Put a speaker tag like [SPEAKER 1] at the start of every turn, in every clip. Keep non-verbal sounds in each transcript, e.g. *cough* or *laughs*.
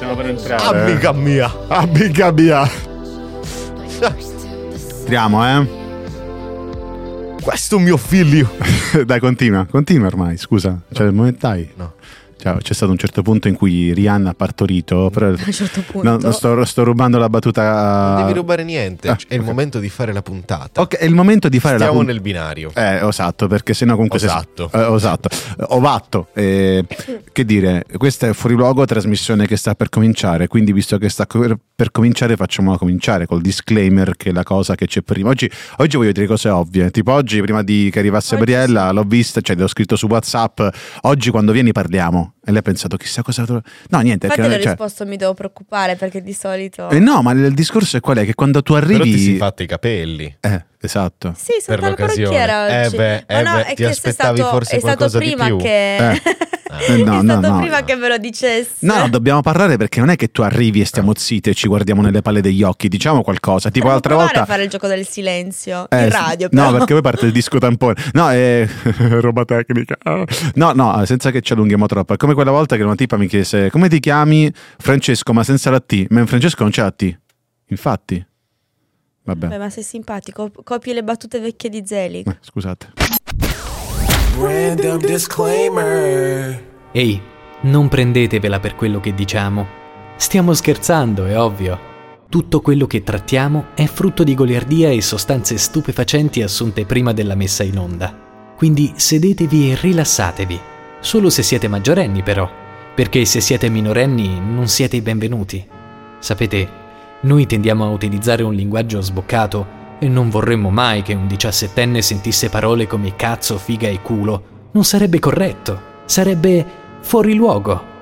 [SPEAKER 1] solo per entrare.
[SPEAKER 2] Amica mia.
[SPEAKER 3] Amica mia.
[SPEAKER 4] Entriamo, eh. *laughs*
[SPEAKER 2] Questo è un mio figlio.
[SPEAKER 4] Dai, continua, continua ormai, scusa. Cioè, il momento dai.
[SPEAKER 2] No.
[SPEAKER 4] Cioè, c'è stato un certo punto in cui Rihanna ha partorito. Però...
[SPEAKER 5] A *laughs* un certo punto.
[SPEAKER 4] No, no, sto, sto rubando la battuta.
[SPEAKER 2] Non devi rubare niente.
[SPEAKER 4] Ah,
[SPEAKER 2] È il
[SPEAKER 4] ok.
[SPEAKER 2] momento di fare la puntata.
[SPEAKER 4] Ok, è il momento di fare
[SPEAKER 2] Stiamo
[SPEAKER 4] la
[SPEAKER 2] nel
[SPEAKER 4] puntata.
[SPEAKER 2] binario.
[SPEAKER 4] Eh, esatto, perché sennò comunque... se-
[SPEAKER 2] Osatto.
[SPEAKER 4] eh, osatto. Eh, Ovatto. Eh, che dire, questa è fuori luogo, trasmissione che sta per cominciare, quindi visto che sta co- per cominciare facciamola cominciare col disclaimer che è la cosa che c'è prima. Oggi, oggi voglio dire cose ovvie, tipo oggi prima di che arrivasse
[SPEAKER 5] Oggi
[SPEAKER 4] Briella l'ho vista, cioè l'ho scritto su Whatsapp, oggi quando vieni parliamo. E lei ha pensato chissà cosa... tro- No, niente.
[SPEAKER 5] Infatti
[SPEAKER 4] che-
[SPEAKER 5] l'ho
[SPEAKER 4] cioè-
[SPEAKER 5] risposto mi devo preoccupare perché di solito...
[SPEAKER 4] Eh, no, ma il discorso è qual è? Che quando tu arrivi...
[SPEAKER 2] Però ti sei fatto i capelli.
[SPEAKER 4] Eh, esatto.
[SPEAKER 5] Sì, sono
[SPEAKER 2] Per
[SPEAKER 5] dalla
[SPEAKER 2] l'occasione.
[SPEAKER 5] parrucchiera oggi.
[SPEAKER 2] Eh beh,
[SPEAKER 5] Ma
[SPEAKER 2] eh
[SPEAKER 5] no,
[SPEAKER 2] beh, ti
[SPEAKER 5] è che se è
[SPEAKER 2] aspettavi
[SPEAKER 5] stato,
[SPEAKER 2] forse
[SPEAKER 5] è stato
[SPEAKER 2] qualcosa di
[SPEAKER 5] prima
[SPEAKER 2] più?
[SPEAKER 5] che... *laughs*
[SPEAKER 4] Eh.
[SPEAKER 5] è
[SPEAKER 4] Eh, no, no,
[SPEAKER 5] stato
[SPEAKER 4] no.
[SPEAKER 5] prima che ve lo dicessi.
[SPEAKER 4] No, dobbiamo parlare perché non è che tu arrivi e stiamo zitti e ci guardiamo nelle palle degli occhi, diciamo qualcosa. Tipo
[SPEAKER 5] Devo
[SPEAKER 4] l'altra
[SPEAKER 5] Eh, provare
[SPEAKER 4] volta.
[SPEAKER 5] a fare il gioco del silenzio
[SPEAKER 4] Eh,
[SPEAKER 5] in radio.
[SPEAKER 4] no,
[SPEAKER 5] però.
[SPEAKER 4] perché poi parte il disco tampone. No, è *laughs* roba tecnica. Ah. No, no, senza che ci allunghiamo troppo. È come quella volta che una tipa mi chiese come ti chiami Francesco, ma senza la T. Ma in Francesco non c'è la T. Infatti. Vabbè.
[SPEAKER 5] Beh, ma sei simpatico, copi le battute vecchie di Zelig.
[SPEAKER 4] Eh, Scusate.
[SPEAKER 6] Random disclaimer.
[SPEAKER 7] Ehi, non prendetevela per quello che diciamo. Stiamo scherzando, è ovvio. Tutto quello che trattiamo è frutto di goliardia e sostanze stupefacenti assunte prima della messa in onda. Quindi sedetevi e rilassatevi. Solo se siete maggiorenni, però, perché se siete minorenni non siete i benvenuti. Sapete, noi tendiamo a utilizzare un linguaggio sboccato e non vorremmo mai che un diciassettenne sentisse parole come cazzo, figa e culo. Non sarebbe corretto, sarebbe fuori luogo.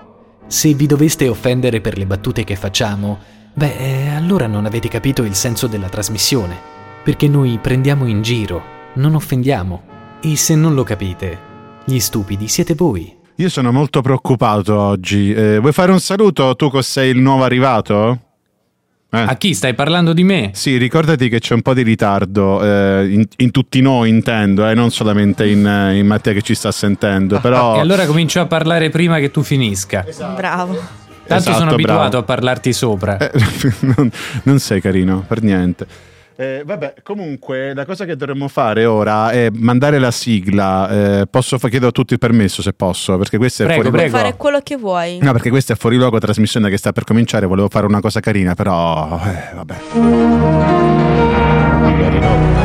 [SPEAKER 7] Se vi doveste offendere per le battute che facciamo, beh, eh, allora non avete capito il senso della trasmissione, perché noi prendiamo in giro, non offendiamo. E se non lo capite, gli stupidi siete voi.
[SPEAKER 4] Io sono molto preoccupato oggi. Eh, vuoi fare un saluto tu che sei il nuovo arrivato? Eh.
[SPEAKER 8] A chi stai parlando di me?
[SPEAKER 4] Sì, ricordati che c'è un po' di ritardo eh, in, in tutti noi, intendo, eh, non solamente in, eh, in Mattia che ci sta sentendo, però...
[SPEAKER 8] Ah, E allora comincio a parlare prima che tu finisca.
[SPEAKER 5] Bravo.
[SPEAKER 8] Tanto
[SPEAKER 4] Esatto,
[SPEAKER 8] sono abituato
[SPEAKER 4] bravo.
[SPEAKER 8] a parlarti sopra.
[SPEAKER 4] Eh, *laughs* non, non sei carino, per niente. Eh, vabbè, comunque la cosa che dovremmo fare ora è mandare la sigla. Eh, posso fa- chiedo a tutti il permesso se posso, perché questa è
[SPEAKER 8] Prego,
[SPEAKER 4] fuori
[SPEAKER 8] prego.
[SPEAKER 5] Fare quello
[SPEAKER 4] *laughs*
[SPEAKER 5] che vuoi.
[SPEAKER 4] No, perché questa è fuori luogo trasmissione che sta per cominciare, volevo fare una cosa carina, però eh, vabbè.
[SPEAKER 2] Magari no.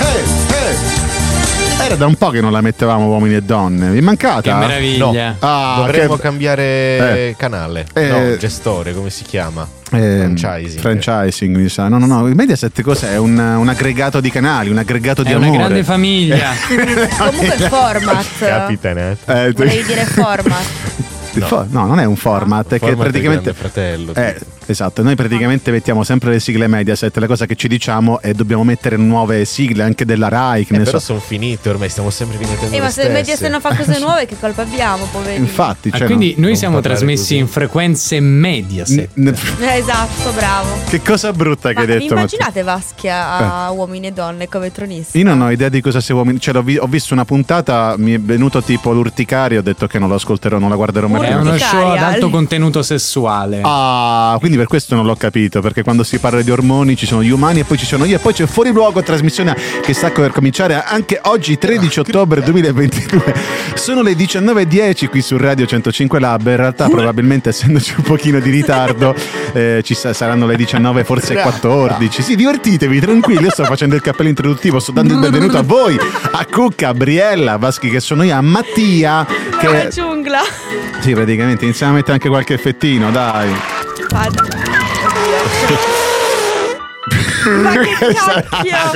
[SPEAKER 4] Eh, eh. Era da un po' che non la mettevamo uomini e donne, mi è mancata.
[SPEAKER 8] Che meraviglia.
[SPEAKER 4] Ah,
[SPEAKER 2] Dovremmo
[SPEAKER 4] che-
[SPEAKER 2] cambiare
[SPEAKER 4] Eh.
[SPEAKER 2] canale.
[SPEAKER 4] Eh.
[SPEAKER 2] No, gestore, come si chiama?
[SPEAKER 4] Eh,
[SPEAKER 2] Franchising.
[SPEAKER 4] franchising, mi sa. No, no, no. Il Mediaset cos'è? Un, un aggregato di canali, un aggregato di
[SPEAKER 8] È una
[SPEAKER 4] amore.
[SPEAKER 8] grande
[SPEAKER 4] *laughs*
[SPEAKER 8] famiglia.
[SPEAKER 5] Comunque il format.
[SPEAKER 2] Capitanate.
[SPEAKER 4] Eh, tu-
[SPEAKER 5] Volevi dire format.
[SPEAKER 4] *laughs* Il fo- no, non è un format, è che
[SPEAKER 2] Format di
[SPEAKER 4] praticamente.
[SPEAKER 2] Grande Fratello,
[SPEAKER 4] Eh,
[SPEAKER 2] tipo.
[SPEAKER 4] esatto, noi praticamente mettiamo sempre le sigle Mediaset. La cosa che ci diciamo è dobbiamo mettere nuove sigle anche della Rai. Che
[SPEAKER 2] Eh,
[SPEAKER 4] ne
[SPEAKER 2] però
[SPEAKER 4] so.
[SPEAKER 2] sono finite ormai, stiamo sempre rimettendo
[SPEAKER 5] Eh,
[SPEAKER 2] le
[SPEAKER 5] ma se il
[SPEAKER 2] stesse.
[SPEAKER 5] Mediaset non fa cose nuove, che colpa abbiamo, poveri?
[SPEAKER 4] Infatti,
[SPEAKER 8] Ah,
[SPEAKER 4] cioè,
[SPEAKER 8] quindi noi
[SPEAKER 2] non
[SPEAKER 8] siamo
[SPEAKER 2] parlare
[SPEAKER 8] trasmessi
[SPEAKER 2] così.
[SPEAKER 8] in frequenze
[SPEAKER 4] no.
[SPEAKER 8] Mediaset.
[SPEAKER 4] N- n-
[SPEAKER 5] Eh, Esatto, bravo.
[SPEAKER 4] *laughs* che cosa brutta che
[SPEAKER 5] Ma
[SPEAKER 4] hai
[SPEAKER 5] vi
[SPEAKER 4] detto, Mattia.
[SPEAKER 5] immaginate Vaschia a uomini e donne come tronista?
[SPEAKER 4] Io non ho idea di cosa sia uomini. Cioè, l'ho vi- ho visto una puntata, mi è venuto tipo l'urticaria. Ho detto che non la ascolterò, non la guarderò mai.
[SPEAKER 8] È
[SPEAKER 4] più.
[SPEAKER 5] Urticaria.
[SPEAKER 8] uno show ad alto
[SPEAKER 5] Lì.
[SPEAKER 8] contenuto
[SPEAKER 7] Eh.
[SPEAKER 8] sessuale.
[SPEAKER 4] Ah, quindi per questo non l'ho capito, perché quando si parla di ormoni ci sono gli umani e poi ci sono io e poi c'è fuori luogo trasmissione che sta per cominciare anche oggi 13 ottobre 2022. Sono le 19:10 qui su Radio 105 Lab, in realtà probabilmente essendoci un pochino di ritardo eh, ci sa- saranno le 19 forse 14. Sì, divertitevi, tranquilli, io sto facendo il cappello introduttivo, sto dando il benvenuto a voi, a Cucca, a Briella, a Vaschi che sono io, a Mattia
[SPEAKER 5] *laughs* La
[SPEAKER 4] che
[SPEAKER 5] giungla.
[SPEAKER 4] sì, praticamente iniziamo a mettere anche qualche effettino, dai. *laughs*
[SPEAKER 5] Vada. Ma che cacchio!
[SPEAKER 4] Chi è Ah,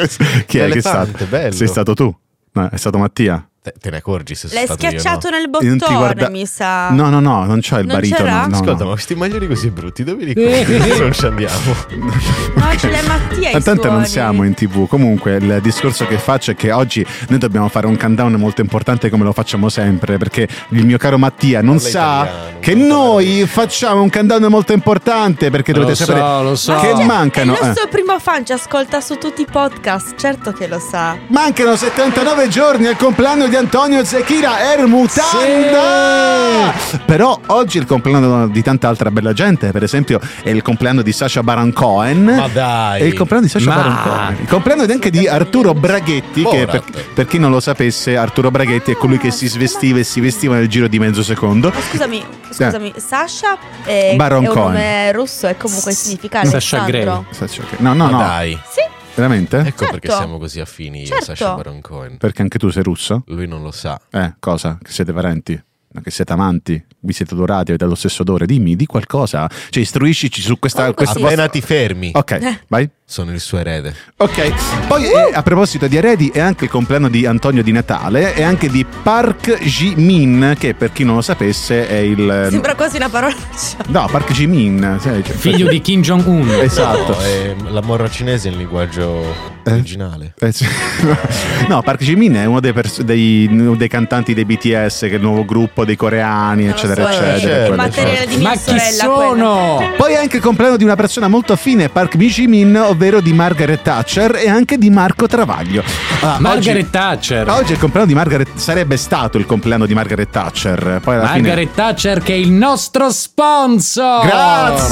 [SPEAKER 4] che è
[SPEAKER 2] L'elefante,
[SPEAKER 4] stato?
[SPEAKER 2] bello.
[SPEAKER 4] Sei stato tu? No, è stato Mattia.
[SPEAKER 2] Te, te ne accorgi se sono
[SPEAKER 5] L'hai
[SPEAKER 2] stato io,
[SPEAKER 5] schiacciato
[SPEAKER 2] no?
[SPEAKER 5] nel
[SPEAKER 4] E non
[SPEAKER 5] bottone,
[SPEAKER 4] ti guarda-
[SPEAKER 5] mi sa.
[SPEAKER 4] No, no, no, non c'ho il
[SPEAKER 5] Non
[SPEAKER 4] baritono.
[SPEAKER 5] c'era?
[SPEAKER 4] no, no.
[SPEAKER 2] Ascolta, ma questi maglioni così brutti, dove li compri?
[SPEAKER 4] *laughs*
[SPEAKER 2] non ci andiamo.
[SPEAKER 4] Eh.
[SPEAKER 5] No, ce l'hai Mattia. i
[SPEAKER 4] Ma tanto non
[SPEAKER 5] suoni.
[SPEAKER 4] siamo in tv. Comunque, il discorso che faccio è che oggi noi dobbiamo fare un countdown molto importante come lo facciamo sempre. Perché il mio caro Mattia non
[SPEAKER 2] Parla
[SPEAKER 4] sa
[SPEAKER 2] italiano,
[SPEAKER 4] che
[SPEAKER 2] non
[SPEAKER 4] noi
[SPEAKER 2] parla-
[SPEAKER 4] facciamo un countdown molto importante. Perché
[SPEAKER 7] Lo
[SPEAKER 4] dovete
[SPEAKER 7] so,
[SPEAKER 4] sapere
[SPEAKER 7] lo so.
[SPEAKER 5] Ma
[SPEAKER 4] che
[SPEAKER 5] cioè,
[SPEAKER 4] mancano.
[SPEAKER 5] È il
[SPEAKER 4] eh,
[SPEAKER 5] nostro primo fan, ci ascolta su tutti i podcast, certo che lo sa.
[SPEAKER 4] Mancano 79 giorni al compleanno di Antonio Zechira Ermutanda! Però oggi è il compleanno di tanta altra bella gente, per esempio è il compleanno di Sasha Baron Cohen.
[SPEAKER 2] Ma dai.
[SPEAKER 4] È il compleanno di Sasha
[SPEAKER 7] Ma-
[SPEAKER 4] Baron Cohen. Il compleanno anche di Arturo Braghetti, che per,
[SPEAKER 2] Borat.
[SPEAKER 4] per chi non lo sapesse, Arturo Braghetti è colui che si svestiva e si vestiva nel giro di mezzo secondo.
[SPEAKER 5] Ma scusami,
[SPEAKER 4] Eh.
[SPEAKER 5] scusami, Sasha è,
[SPEAKER 4] Baron
[SPEAKER 5] è un
[SPEAKER 4] Cohen.
[SPEAKER 5] nome russo e comunque significa
[SPEAKER 7] Sasha
[SPEAKER 5] Alessandro.
[SPEAKER 4] Sasha, ok. No, no,
[SPEAKER 2] Ma
[SPEAKER 4] no.
[SPEAKER 2] dai.
[SPEAKER 5] Sì,
[SPEAKER 4] Veramente?
[SPEAKER 2] Ecco
[SPEAKER 5] Certo.
[SPEAKER 2] perché siamo così affini io e
[SPEAKER 5] Certo.
[SPEAKER 2] Sasha Baron Cohen.
[SPEAKER 4] Perché anche tu sei russo?
[SPEAKER 2] Lui non lo sa.
[SPEAKER 4] Eh, cosa? Che siete parenti? No, Che siete amanti? Vi siete adorati? Avete lo stesso odore? Dimmi, di qualcosa. Cioè, istruiscici su questa...
[SPEAKER 5] Comunque
[SPEAKER 4] questa
[SPEAKER 5] sì.
[SPEAKER 2] Ah, Appena ti fermi,
[SPEAKER 5] Eh.
[SPEAKER 4] Ok, vai.
[SPEAKER 2] sono il suo erede.
[SPEAKER 4] Ok. Poi, eh, a proposito di eredi, è anche il compleanno di Antonio Di Natale e anche di Park Ji-min, che per chi non lo sapesse è il...
[SPEAKER 5] sembra quasi una parolaccia.
[SPEAKER 4] No, Park Ji-min. sai, cioè-
[SPEAKER 7] Figlio di Kim Jong-un.
[SPEAKER 4] Esatto.
[SPEAKER 2] No, eh. è la morra cinese in linguaggio originale.
[SPEAKER 4] Eh, sì. *laughs* No, Park Ji-min è uno dei, pers- dei- uno dei cantanti dei BTS, che è il nuovo gruppo dei coreani, eccetera,
[SPEAKER 5] Non lo so,
[SPEAKER 4] eccetera.
[SPEAKER 5] è
[SPEAKER 2] certo.
[SPEAKER 5] Il
[SPEAKER 4] eccetera, eccetera.
[SPEAKER 5] materiale di mia
[SPEAKER 7] Ma chi
[SPEAKER 5] sorella.
[SPEAKER 7] sono?
[SPEAKER 4] Poi è anche il compleanno di una persona molto affine, Park Min, ovvero di Margaret Thatcher e anche di Marco Travaglio. Ah,
[SPEAKER 7] Margaret
[SPEAKER 4] oggi-
[SPEAKER 7] Thatcher.
[SPEAKER 4] Oggi è il compleanno di Margaret sarebbe stato il compleanno di Margaret Thatcher. Poi alla fine-
[SPEAKER 7] Margaret Thatcher che è il nostro sponsor.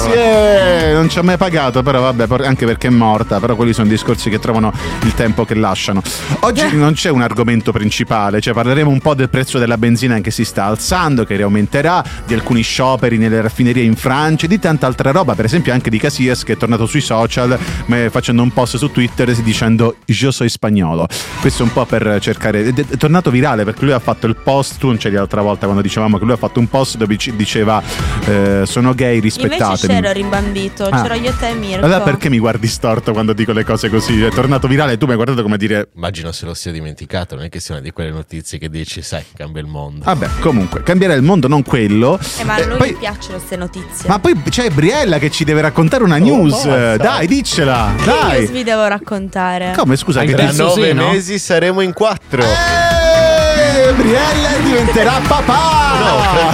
[SPEAKER 4] Grazie! Non ci ho mai pagato, però vabbè, por- anche perché è morta, però quelli sono discorsi che trovano il tempo che lasciano. Oggi non c'è un argomento principale, cioè parleremo un po' del prezzo della benzina che si sta alzando, che riaumenterà, di alcuni scioperi nelle raffinerie in Francia e di tanta altra ropa, per esempio anche di Casillas che è tornato sui social eh, facendo un post su Twitter dicendo io soy spagnolo. Questo è un po' per cercare. ed È è tornato virale perché lui ha fatto il post. Tu non c'eri l'altra volta quando dicevamo che lui ha fatto un post dove ci- diceva eh, sono gay,
[SPEAKER 5] Invece
[SPEAKER 4] rispettatemi.
[SPEAKER 5] c'ero rimbambito,
[SPEAKER 4] Ah.
[SPEAKER 5] c'ero io te e Mirko.
[SPEAKER 4] Allora perché mi guardi storto quando dico le cose così? È tornato virale e tu mi hai guardato come dire
[SPEAKER 2] Immagino se lo sia dimenticato, non è che sia una di quelle notizie che dici, sai, cambia il mondo.
[SPEAKER 4] Vabbè, comunque, cambierà il mondo, non quello.
[SPEAKER 5] Eh, ma a
[SPEAKER 4] Eh,
[SPEAKER 5] lui
[SPEAKER 4] poi-
[SPEAKER 5] gli piacciono queste notizie.
[SPEAKER 4] ma poi c'è Briella che ci deve raccontare una news.
[SPEAKER 2] forza.
[SPEAKER 4] dai, diccela.
[SPEAKER 5] che
[SPEAKER 4] Dai.
[SPEAKER 5] news vi devo raccontare?
[SPEAKER 4] Come scusa,
[SPEAKER 7] Hai
[SPEAKER 4] che
[SPEAKER 2] Tra
[SPEAKER 7] Penso
[SPEAKER 2] nove
[SPEAKER 7] sì, no?
[SPEAKER 2] mesi saremo in quattro.
[SPEAKER 4] Ah. Eh, Briella diventerà papà! *laughs*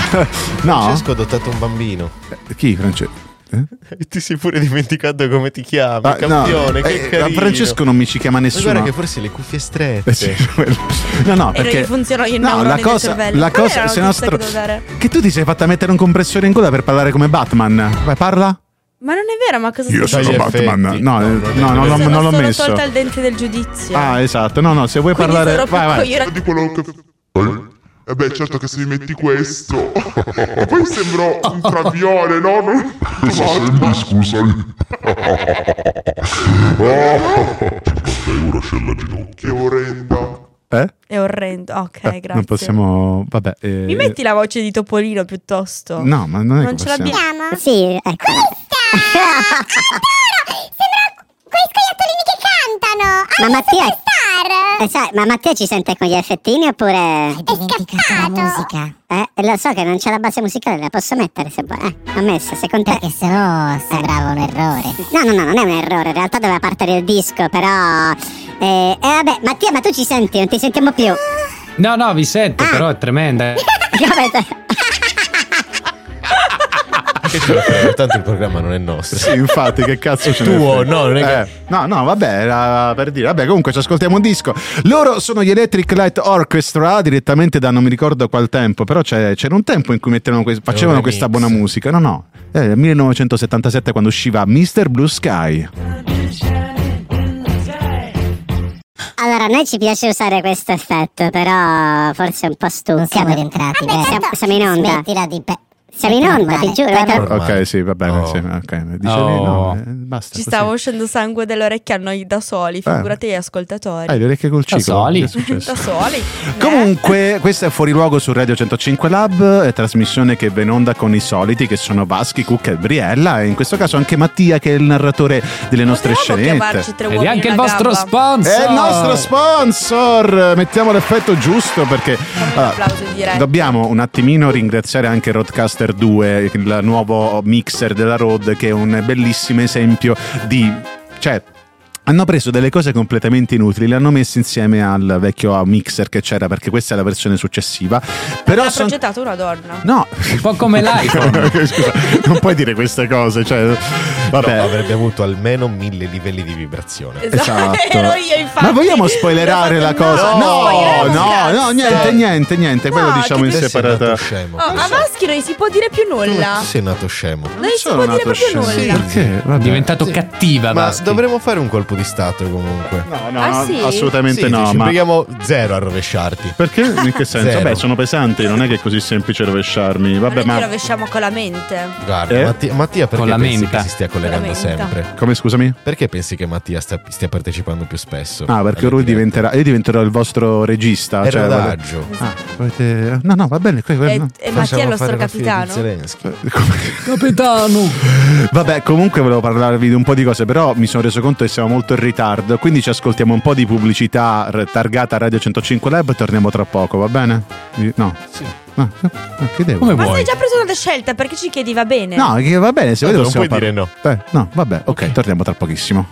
[SPEAKER 4] No,
[SPEAKER 2] Francesco ha adottato un bambino. *laughs*
[SPEAKER 4] chi Francesco? Eh?
[SPEAKER 2] Ti sei pure dimenticato come ti chiami,
[SPEAKER 4] Ah, no.
[SPEAKER 2] campione, che
[SPEAKER 4] Eh,
[SPEAKER 2] carino.
[SPEAKER 4] Francesco non mi ci chiama
[SPEAKER 2] Ma
[SPEAKER 4] nessuno.
[SPEAKER 2] guarda che forse le cuffie strette.
[SPEAKER 4] Eh, sì, *laughs* quello. no, no,
[SPEAKER 5] E non
[SPEAKER 4] perché
[SPEAKER 5] gli funzionano i
[SPEAKER 4] No,
[SPEAKER 5] neuroni
[SPEAKER 4] la
[SPEAKER 5] del
[SPEAKER 4] cosa,
[SPEAKER 5] cervello.
[SPEAKER 4] la
[SPEAKER 5] Qual
[SPEAKER 4] cosa
[SPEAKER 5] era la
[SPEAKER 4] se
[SPEAKER 5] notizia
[SPEAKER 4] nostro-
[SPEAKER 5] che dovevo dare?
[SPEAKER 4] che tu ti sei fatta mettere un compressore in gola per parlare come Batman. Vai, parla.
[SPEAKER 5] Ma non è vero, ma cosa
[SPEAKER 4] Io
[SPEAKER 5] sta
[SPEAKER 4] sono
[SPEAKER 2] Dagli effetti.
[SPEAKER 4] Batman.
[SPEAKER 2] No,
[SPEAKER 4] No, eh,
[SPEAKER 2] non è
[SPEAKER 4] no, no,
[SPEAKER 2] vero.
[SPEAKER 4] no,
[SPEAKER 5] sono
[SPEAKER 4] non l'ho
[SPEAKER 5] solo
[SPEAKER 4] messo.
[SPEAKER 5] tolta il dente del giudizio.
[SPEAKER 4] Ah, esatto. No, no, se vuoi
[SPEAKER 5] Quindi
[SPEAKER 4] parlare
[SPEAKER 5] sono
[SPEAKER 4] vai, vai.
[SPEAKER 5] piccoglione-
[SPEAKER 9] di quello che fai. E beh, certo che se mi metti questo. Poi sembro un travione, no? Non... Cosa scusami? Dai, ora c'è la ginocchia. Che orrenda.
[SPEAKER 4] Eh?
[SPEAKER 5] È orrendo. Ok, Eh, grazie.
[SPEAKER 4] Non possiamo vabbè. eh,
[SPEAKER 5] Mi metti la voce di Topolino piuttosto?
[SPEAKER 4] No, ma non è
[SPEAKER 5] Non
[SPEAKER 4] che
[SPEAKER 5] ce
[SPEAKER 4] possiamo.
[SPEAKER 5] l'abbiamo.
[SPEAKER 10] Sì, ecco.
[SPEAKER 11] quei scoiattolini che cantano! Ah,
[SPEAKER 10] Ma Mattia,
[SPEAKER 11] star!
[SPEAKER 10] eh, sai, ma Mattia ci sente con gli effettini oppure...
[SPEAKER 11] È scappato! La musica.
[SPEAKER 10] Eh, lo so che non c'è la base musicale, la posso mettere se vuoi. Eh, l'ho messa, secondo te...
[SPEAKER 11] Perché sennò sembrava un errore.
[SPEAKER 10] No, no, no, non è un errore, in realtà doveva partire il disco, però... Eh, eh, vabbè, Mattia, ma tu ci senti, non ti
[SPEAKER 11] *laughs*
[SPEAKER 10] sentiamo più.
[SPEAKER 7] No, no, vi sento, però è tremenda.
[SPEAKER 5] Ah.
[SPEAKER 10] Come te-
[SPEAKER 2] Che ce lo fai? Tanto il programma non è nostro.
[SPEAKER 4] Sì, infatti, che cazzo ce ne
[SPEAKER 2] Tuo,
[SPEAKER 4] frega?
[SPEAKER 2] no, non è che-
[SPEAKER 4] Eh, No, no, vabbè, era per dire. Vabbè, comunque ci ascoltiamo un disco. Loro sono gli Electric Light Orchestra, direttamente da non mi ricordo qual tempo, però c'è- c'era un tempo in cui mettevano que- facevano
[SPEAKER 2] remix.
[SPEAKER 4] questa buona musica. No, no, eh, 1977 quando usciva Mr. Blue Sky.
[SPEAKER 10] Allora, a noi ci piace usare questo effetto, però forse è un po' stupido.
[SPEAKER 11] Non siamo rientrati.
[SPEAKER 10] Siamo, siamo in onda.
[SPEAKER 11] Smettila di pe-
[SPEAKER 10] Siamo in onda, ti giuro.
[SPEAKER 11] Guarda.
[SPEAKER 10] guarda.
[SPEAKER 2] Ormai.
[SPEAKER 4] Ok, sì, va bene.
[SPEAKER 2] Oh.
[SPEAKER 4] Sì, ok. Dicevi
[SPEAKER 7] Oh.
[SPEAKER 4] no, eh, basta.
[SPEAKER 5] Ci
[SPEAKER 4] così.
[SPEAKER 5] stava uscendo sangue dalle orecchie a noi da soli, figurati gli ascoltatori.
[SPEAKER 4] Eh. Hai le orecchie col
[SPEAKER 7] Da
[SPEAKER 4] ciclo.
[SPEAKER 7] soli.
[SPEAKER 4] Che è successo?
[SPEAKER 5] *laughs* Da soli. Eh?
[SPEAKER 4] Comunque, questo è Fuori Luogo su Radio 105 Lab, è trasmissione che va in onda con i soliti che sono Vaschi, Cucca e Briella e in questo caso anche Mattia che è il narratore delle nostre
[SPEAKER 5] Potremmo
[SPEAKER 4] scenette.
[SPEAKER 5] chiamarci tre
[SPEAKER 7] Ed
[SPEAKER 5] uomini
[SPEAKER 7] è anche
[SPEAKER 5] e
[SPEAKER 7] il
[SPEAKER 5] una
[SPEAKER 7] vostro
[SPEAKER 5] gabba.
[SPEAKER 7] sponsor.
[SPEAKER 4] È il nostro sponsor! Mettiamo l'effetto giusto perché.
[SPEAKER 5] Fammi un
[SPEAKER 4] allora,
[SPEAKER 5] applauso in diretta.
[SPEAKER 4] Dobbiamo un attimino ringraziare anche Roadcaster 2, il nuovo mixer della Road, che è un bellissimo esempio di. cioè. Hanno preso delle cose completamente inutili, le hanno messe insieme al vecchio mixer che c'era, perché questa è la versione successiva. Però
[SPEAKER 5] Ha
[SPEAKER 4] son-
[SPEAKER 5] progettato una donna.
[SPEAKER 4] No, *laughs*
[SPEAKER 7] Un po' come l'iPhone.
[SPEAKER 4] Scusa, non puoi dire queste cose. Cioè, vabbè.
[SPEAKER 2] Però avrebbe avuto almeno mille livelli di vibrazione.
[SPEAKER 5] Esatto, ero io infatti.
[SPEAKER 4] Ma vogliamo spoilerare la
[SPEAKER 5] L'ho fatto-
[SPEAKER 4] cosa?
[SPEAKER 2] No,
[SPEAKER 4] No,
[SPEAKER 5] spoileriamo,
[SPEAKER 4] no,
[SPEAKER 5] cazzo.
[SPEAKER 4] no, niente, niente, niente. Quello
[SPEAKER 5] No,
[SPEAKER 4] diciamo
[SPEAKER 5] che
[SPEAKER 4] in
[SPEAKER 2] Te sei
[SPEAKER 4] separata.
[SPEAKER 2] nato scemo.
[SPEAKER 5] Oh, a
[SPEAKER 2] Cristian.
[SPEAKER 5] Vaschi non gli si può dire più nulla.
[SPEAKER 2] Tu sei nato scemo.
[SPEAKER 5] Non si può dire proprio nulla.
[SPEAKER 4] *laughs* Perché?
[SPEAKER 7] È
[SPEAKER 4] Vabbè.
[SPEAKER 7] diventato
[SPEAKER 2] Sì.
[SPEAKER 7] cattiva.
[SPEAKER 2] Ma
[SPEAKER 7] Vaschi.
[SPEAKER 2] dovremmo fare un colpo di stato comunque.
[SPEAKER 4] No, no,
[SPEAKER 5] Ah, sì?
[SPEAKER 4] assolutamente
[SPEAKER 2] Sì,
[SPEAKER 4] no.
[SPEAKER 2] dici,
[SPEAKER 4] Ma
[SPEAKER 2] prendiamo zero a rovesciarti.
[SPEAKER 4] perché? In che senso?
[SPEAKER 2] Zero.
[SPEAKER 4] Vabbè, sono pesanti, non è che è così semplice rovesciarmi.
[SPEAKER 5] Vabbè,
[SPEAKER 4] Vabbè,
[SPEAKER 5] Noi ti
[SPEAKER 4] ma.
[SPEAKER 5] rovesciamo con la mente.
[SPEAKER 2] Guarda,
[SPEAKER 4] Eh?
[SPEAKER 2] Mattia, Mattia perché
[SPEAKER 7] Con la
[SPEAKER 2] pensi
[SPEAKER 7] menta.
[SPEAKER 2] che si stia collegando
[SPEAKER 5] Con la menta.
[SPEAKER 2] sempre?
[SPEAKER 4] Come scusami?
[SPEAKER 2] Perché pensi che Mattia sta- stia partecipando più spesso?
[SPEAKER 4] Ah, perché
[SPEAKER 2] Alle
[SPEAKER 4] lui
[SPEAKER 2] dirette?
[SPEAKER 4] diventerà. Io diventerò il vostro regista.
[SPEAKER 2] È
[SPEAKER 4] cioè,
[SPEAKER 2] rodaggio.
[SPEAKER 4] vale- Ah, volete- No, no, va bene. que-
[SPEAKER 5] E,
[SPEAKER 4] no.
[SPEAKER 2] eh.
[SPEAKER 5] e Eh, Mattia è il
[SPEAKER 2] Facciamo
[SPEAKER 5] nostro
[SPEAKER 2] fare la fine di
[SPEAKER 5] capitano.
[SPEAKER 2] Zelensky.
[SPEAKER 7] Capitano.
[SPEAKER 4] *laughs* Vabbè, comunque volevo parlarvi di un po' di cose, però mi sono reso conto che siamo molto in ritardo, quindi ci ascoltiamo un po' di pubblicità r- targata a Radio 105 Lab e torniamo tra poco, va bene? Vi- No. Sì. No, eh, no, che devo?
[SPEAKER 7] Come
[SPEAKER 5] Ma
[SPEAKER 7] vuoi?
[SPEAKER 5] stai già preso una scelta perché ci chiedi va bene.
[SPEAKER 4] No, che va bene, se
[SPEAKER 2] Tanto
[SPEAKER 4] volete
[SPEAKER 2] non
[SPEAKER 4] possiamo
[SPEAKER 2] puoi dire no.
[SPEAKER 4] Eh, no, vabbè, ok, torniamo tra pochissimo.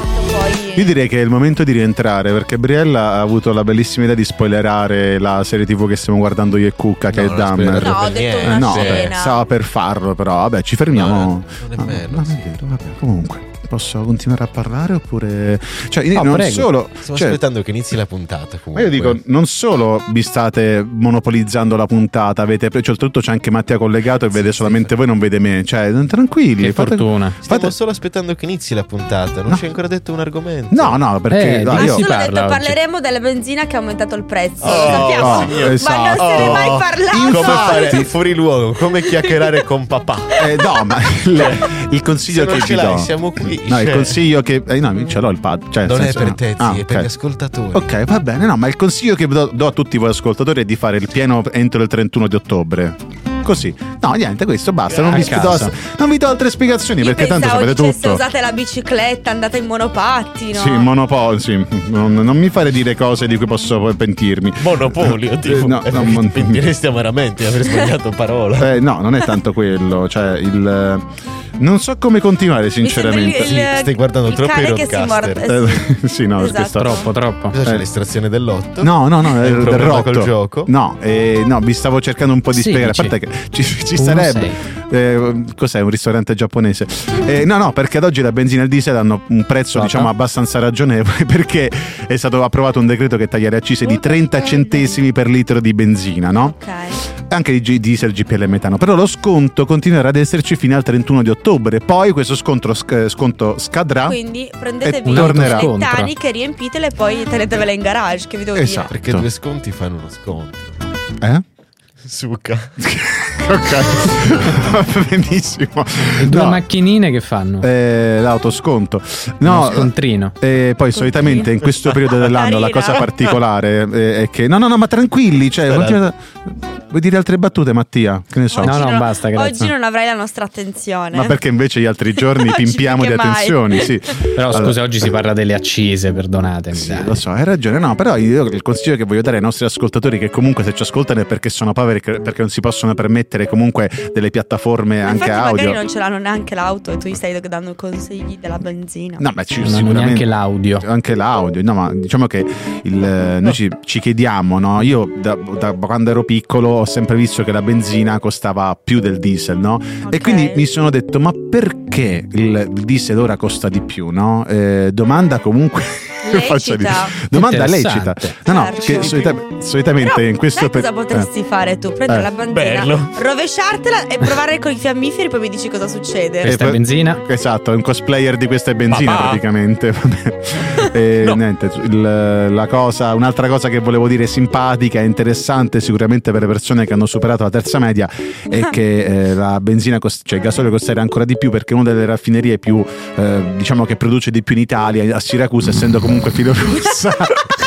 [SPEAKER 4] Io
[SPEAKER 5] Poi
[SPEAKER 4] direi che è il momento di rientrare perché Briella ha avuto la bellissima idea di spoilerare la serie TV che stiamo guardando io e Cucca, che
[SPEAKER 2] No,
[SPEAKER 4] è
[SPEAKER 2] non
[SPEAKER 4] Dummer.
[SPEAKER 2] spoilerare
[SPEAKER 5] No, ho
[SPEAKER 2] per
[SPEAKER 5] detto
[SPEAKER 2] niente.
[SPEAKER 5] una
[SPEAKER 4] Eh, no,
[SPEAKER 5] scena.
[SPEAKER 4] vabbè, stava per farlo, però vabbè, ci fermiamo.
[SPEAKER 2] No, eh, non è vero,
[SPEAKER 4] non
[SPEAKER 2] sì.
[SPEAKER 4] è vero, vabbè, comunque. Posso continuare a parlare oppure. Cioè, io
[SPEAKER 7] No,
[SPEAKER 4] non
[SPEAKER 7] prego.
[SPEAKER 4] solo.
[SPEAKER 2] Stiamo
[SPEAKER 4] cioè,
[SPEAKER 2] aspettando che inizi la puntata.
[SPEAKER 4] ma
[SPEAKER 2] Comunque.
[SPEAKER 4] io dico, non solo vi state monopolizzando la puntata, avete. Cioè, oltretutto c'è anche Mattia collegato e vede solamente voi, non vede me. Cioè, tranquilli.
[SPEAKER 7] Che
[SPEAKER 4] fate-
[SPEAKER 7] fortuna.
[SPEAKER 2] Stiamo
[SPEAKER 4] fate-
[SPEAKER 2] solo aspettando che inizi la puntata. Non
[SPEAKER 4] No.
[SPEAKER 2] ci hai ancora detto un argomento.
[SPEAKER 4] No, no, perché. dai,
[SPEAKER 7] Eh, di
[SPEAKER 5] ha
[SPEAKER 7] io-
[SPEAKER 5] solo
[SPEAKER 7] si
[SPEAKER 5] detto
[SPEAKER 7] parla oggi.
[SPEAKER 5] parleremo della benzina che ha aumentato il prezzo.
[SPEAKER 2] Oh,
[SPEAKER 5] Lo sappiamo.
[SPEAKER 2] oh,
[SPEAKER 5] ma non se ne
[SPEAKER 4] Oh.
[SPEAKER 5] è mai parlato.
[SPEAKER 2] Come fare fuori luogo? Come chiacchierare con papà?
[SPEAKER 4] Eh, no,
[SPEAKER 2] *laughs*
[SPEAKER 4] ma il, il consiglio
[SPEAKER 2] Cioè, Se non
[SPEAKER 4] che
[SPEAKER 2] ce
[SPEAKER 4] vi
[SPEAKER 2] l'hai,
[SPEAKER 4] do.
[SPEAKER 2] siamo qui,
[SPEAKER 4] No, il
[SPEAKER 2] cioè.
[SPEAKER 4] consiglio che. Eh, no, ce l'ho il pad. Cioè, nel
[SPEAKER 2] Non è
[SPEAKER 4] senso,
[SPEAKER 2] per
[SPEAKER 4] no.
[SPEAKER 2] te, zii,
[SPEAKER 4] Ah,
[SPEAKER 2] è per
[SPEAKER 4] ok.
[SPEAKER 2] gli ascoltatori.
[SPEAKER 4] Ok, va bene, no, ma il consiglio che do, do a tutti voi ascoltatori è di fare il pieno entro il 31 di ottobre. Così. No, niente, questo basta.
[SPEAKER 2] Eh,
[SPEAKER 4] Non vi,
[SPEAKER 7] A
[SPEAKER 4] do,
[SPEAKER 7] casa.
[SPEAKER 4] non vi do altre spiegazioni
[SPEAKER 5] Io
[SPEAKER 4] perché tanto
[SPEAKER 5] pensavo
[SPEAKER 4] sapete
[SPEAKER 5] dicesse,
[SPEAKER 4] tutto.
[SPEAKER 5] usate la bicicletta, andate in monopattino.
[SPEAKER 4] Sì, monopoli, sì. Non, non mi fare dire cose di cui posso poi pentirmi.
[SPEAKER 2] Monopolio, tipo.
[SPEAKER 4] Eh, no,
[SPEAKER 2] *laughs*
[SPEAKER 4] no, mon-
[SPEAKER 2] pentiresti amaramente di aver sbagliato parola.
[SPEAKER 4] Eh, no, non è tanto quello. Cioè, il. Non so come continuare,
[SPEAKER 5] Mi sembra il-
[SPEAKER 4] sinceramente.
[SPEAKER 5] il-
[SPEAKER 2] Sì, stai guardando
[SPEAKER 5] il
[SPEAKER 2] troppi
[SPEAKER 5] cane che si
[SPEAKER 2] roadcaster.
[SPEAKER 5] morde- eh, sì.
[SPEAKER 4] Eh, *laughs* sì, no, perché sto-
[SPEAKER 7] Troppo, troppo.
[SPEAKER 2] Cosa
[SPEAKER 4] Eh.
[SPEAKER 2] c'è l'estrazione dell'otto?
[SPEAKER 4] No, no, no,
[SPEAKER 2] Hai
[SPEAKER 4] è
[SPEAKER 2] un
[SPEAKER 4] del
[SPEAKER 2] problema
[SPEAKER 4] rotto.
[SPEAKER 2] col gioco?
[SPEAKER 4] No, eh, no, vi stavo cercando un po' di
[SPEAKER 7] Sì,
[SPEAKER 4] spiegare. A
[SPEAKER 7] dici.
[SPEAKER 4] parte che ci, ci
[SPEAKER 7] Uno
[SPEAKER 4] sarebbe.
[SPEAKER 7] sei.
[SPEAKER 4] eh, cos'è un ristorante giapponese? Eh, no, no, perché ad oggi la benzina e il diesel hanno un prezzo,
[SPEAKER 7] Quota.
[SPEAKER 4] diciamo, abbastanza ragionevole. *laughs* Perché è stato approvato un decreto che taglia le accise di 30 centesimi per litro di benzina, no?
[SPEAKER 5] Ok.
[SPEAKER 4] Anche di G- diesel, GPL e metano. Però lo sconto continuerà ad esserci fino al 31 di ottobre. Poi questo scontro sc- sconto scadrà.
[SPEAKER 5] Quindi prendetevi
[SPEAKER 4] Ah. E
[SPEAKER 5] le
[SPEAKER 4] tornerà.
[SPEAKER 5] taniche, riempitele e poi tenetevele in garage, che vi devo
[SPEAKER 4] Esatto.
[SPEAKER 2] Perché due sconti fanno uno sconto.
[SPEAKER 4] Eh?
[SPEAKER 2] Suca.
[SPEAKER 4] *laughs*
[SPEAKER 7] *laughs*
[SPEAKER 4] Ok, va benissimo.
[SPEAKER 7] Le Due
[SPEAKER 4] No.
[SPEAKER 7] macchinine che fanno?
[SPEAKER 4] Eh, l'autosconto.
[SPEAKER 7] Uno
[SPEAKER 4] No,
[SPEAKER 7] scontrino.
[SPEAKER 4] eh, poi solitamente in questo periodo dell'anno la
[SPEAKER 5] Carina.
[SPEAKER 4] cosa particolare eh, è che no, no, no, ma tranquilli, cioè,
[SPEAKER 2] Spera-
[SPEAKER 4] continuate- vuoi dire altre battute, Mattia? Che ne so.
[SPEAKER 5] dire.
[SPEAKER 7] No,
[SPEAKER 5] Oggi
[SPEAKER 7] no,
[SPEAKER 5] non-
[SPEAKER 7] basta, grazie.
[SPEAKER 5] Oggi non avrai la nostra attenzione.
[SPEAKER 4] Ma perché invece gli altri giorni
[SPEAKER 5] Oggi
[SPEAKER 4] pimpiamo di
[SPEAKER 5] più che mai.
[SPEAKER 4] attenzioni, sì.
[SPEAKER 7] Però
[SPEAKER 4] Allora- eh,
[SPEAKER 7] scusa, oggi si parla delle accise, perdonatemi.
[SPEAKER 4] Sì,
[SPEAKER 7] dai.
[SPEAKER 4] lo so, hai ragione. No, però io il consiglio che voglio dare ai nostri ascoltatori, che comunque se ci ascoltano è perché sono poveri, che- perché non si possono permettere comunque delle piattaforme anche
[SPEAKER 5] Infatti magari
[SPEAKER 4] audio.
[SPEAKER 5] non ce l'hanno neanche l'auto e tu gli stai dando consigli della benzina.
[SPEAKER 4] No, ma ci Eh,
[SPEAKER 7] Non hanno
[SPEAKER 4] sicuramente
[SPEAKER 7] neanche l'audio.
[SPEAKER 4] anche l'audio, no, ma diciamo che il, eh, noi ci, ci chiediamo, no? Io da, da quando ero piccolo ho sempre visto che la benzina costava più del diesel, no? E
[SPEAKER 5] Ok.
[SPEAKER 4] quindi mi sono detto, ma perché il, il diesel ora costa di più, no? *laughs* Eh, domanda comunque faccia lì.
[SPEAKER 5] Lecita.
[SPEAKER 4] Domanda lecita.
[SPEAKER 7] Interessante.
[SPEAKER 4] No, no,
[SPEAKER 5] Carcere.
[SPEAKER 4] che solita- solitamente
[SPEAKER 5] Certo. Però,
[SPEAKER 4] in questo
[SPEAKER 5] sai cosa
[SPEAKER 4] per-
[SPEAKER 5] potresti
[SPEAKER 4] eh.
[SPEAKER 5] fare tu? Prendere
[SPEAKER 4] Eh.
[SPEAKER 5] la bandiera,
[SPEAKER 2] Bello.
[SPEAKER 5] rovesciartela e provare con i fiammiferi, poi mi dici cosa succede.
[SPEAKER 4] Eh,
[SPEAKER 7] Questa è
[SPEAKER 4] poi-
[SPEAKER 7] benzina.
[SPEAKER 4] Esatto, è un cosplayer di questa è benzina
[SPEAKER 7] Ah.
[SPEAKER 2] Papà.
[SPEAKER 4] praticamente.
[SPEAKER 7] *laughs*
[SPEAKER 4] Vabbè. E niente, il- la cosa, un'altra cosa che volevo dire simpatica e interessante sicuramente per le persone che hanno superato la terza media
[SPEAKER 5] Ah.
[SPEAKER 4] è che eh, la benzina, cost- cioè il gasolio costerà ancora di più perché è una delle raffinerie più, eh, diciamo che produce di più in Italia, a Siracusa essendo
[SPEAKER 5] *laughs*
[SPEAKER 4] comunque filorussa.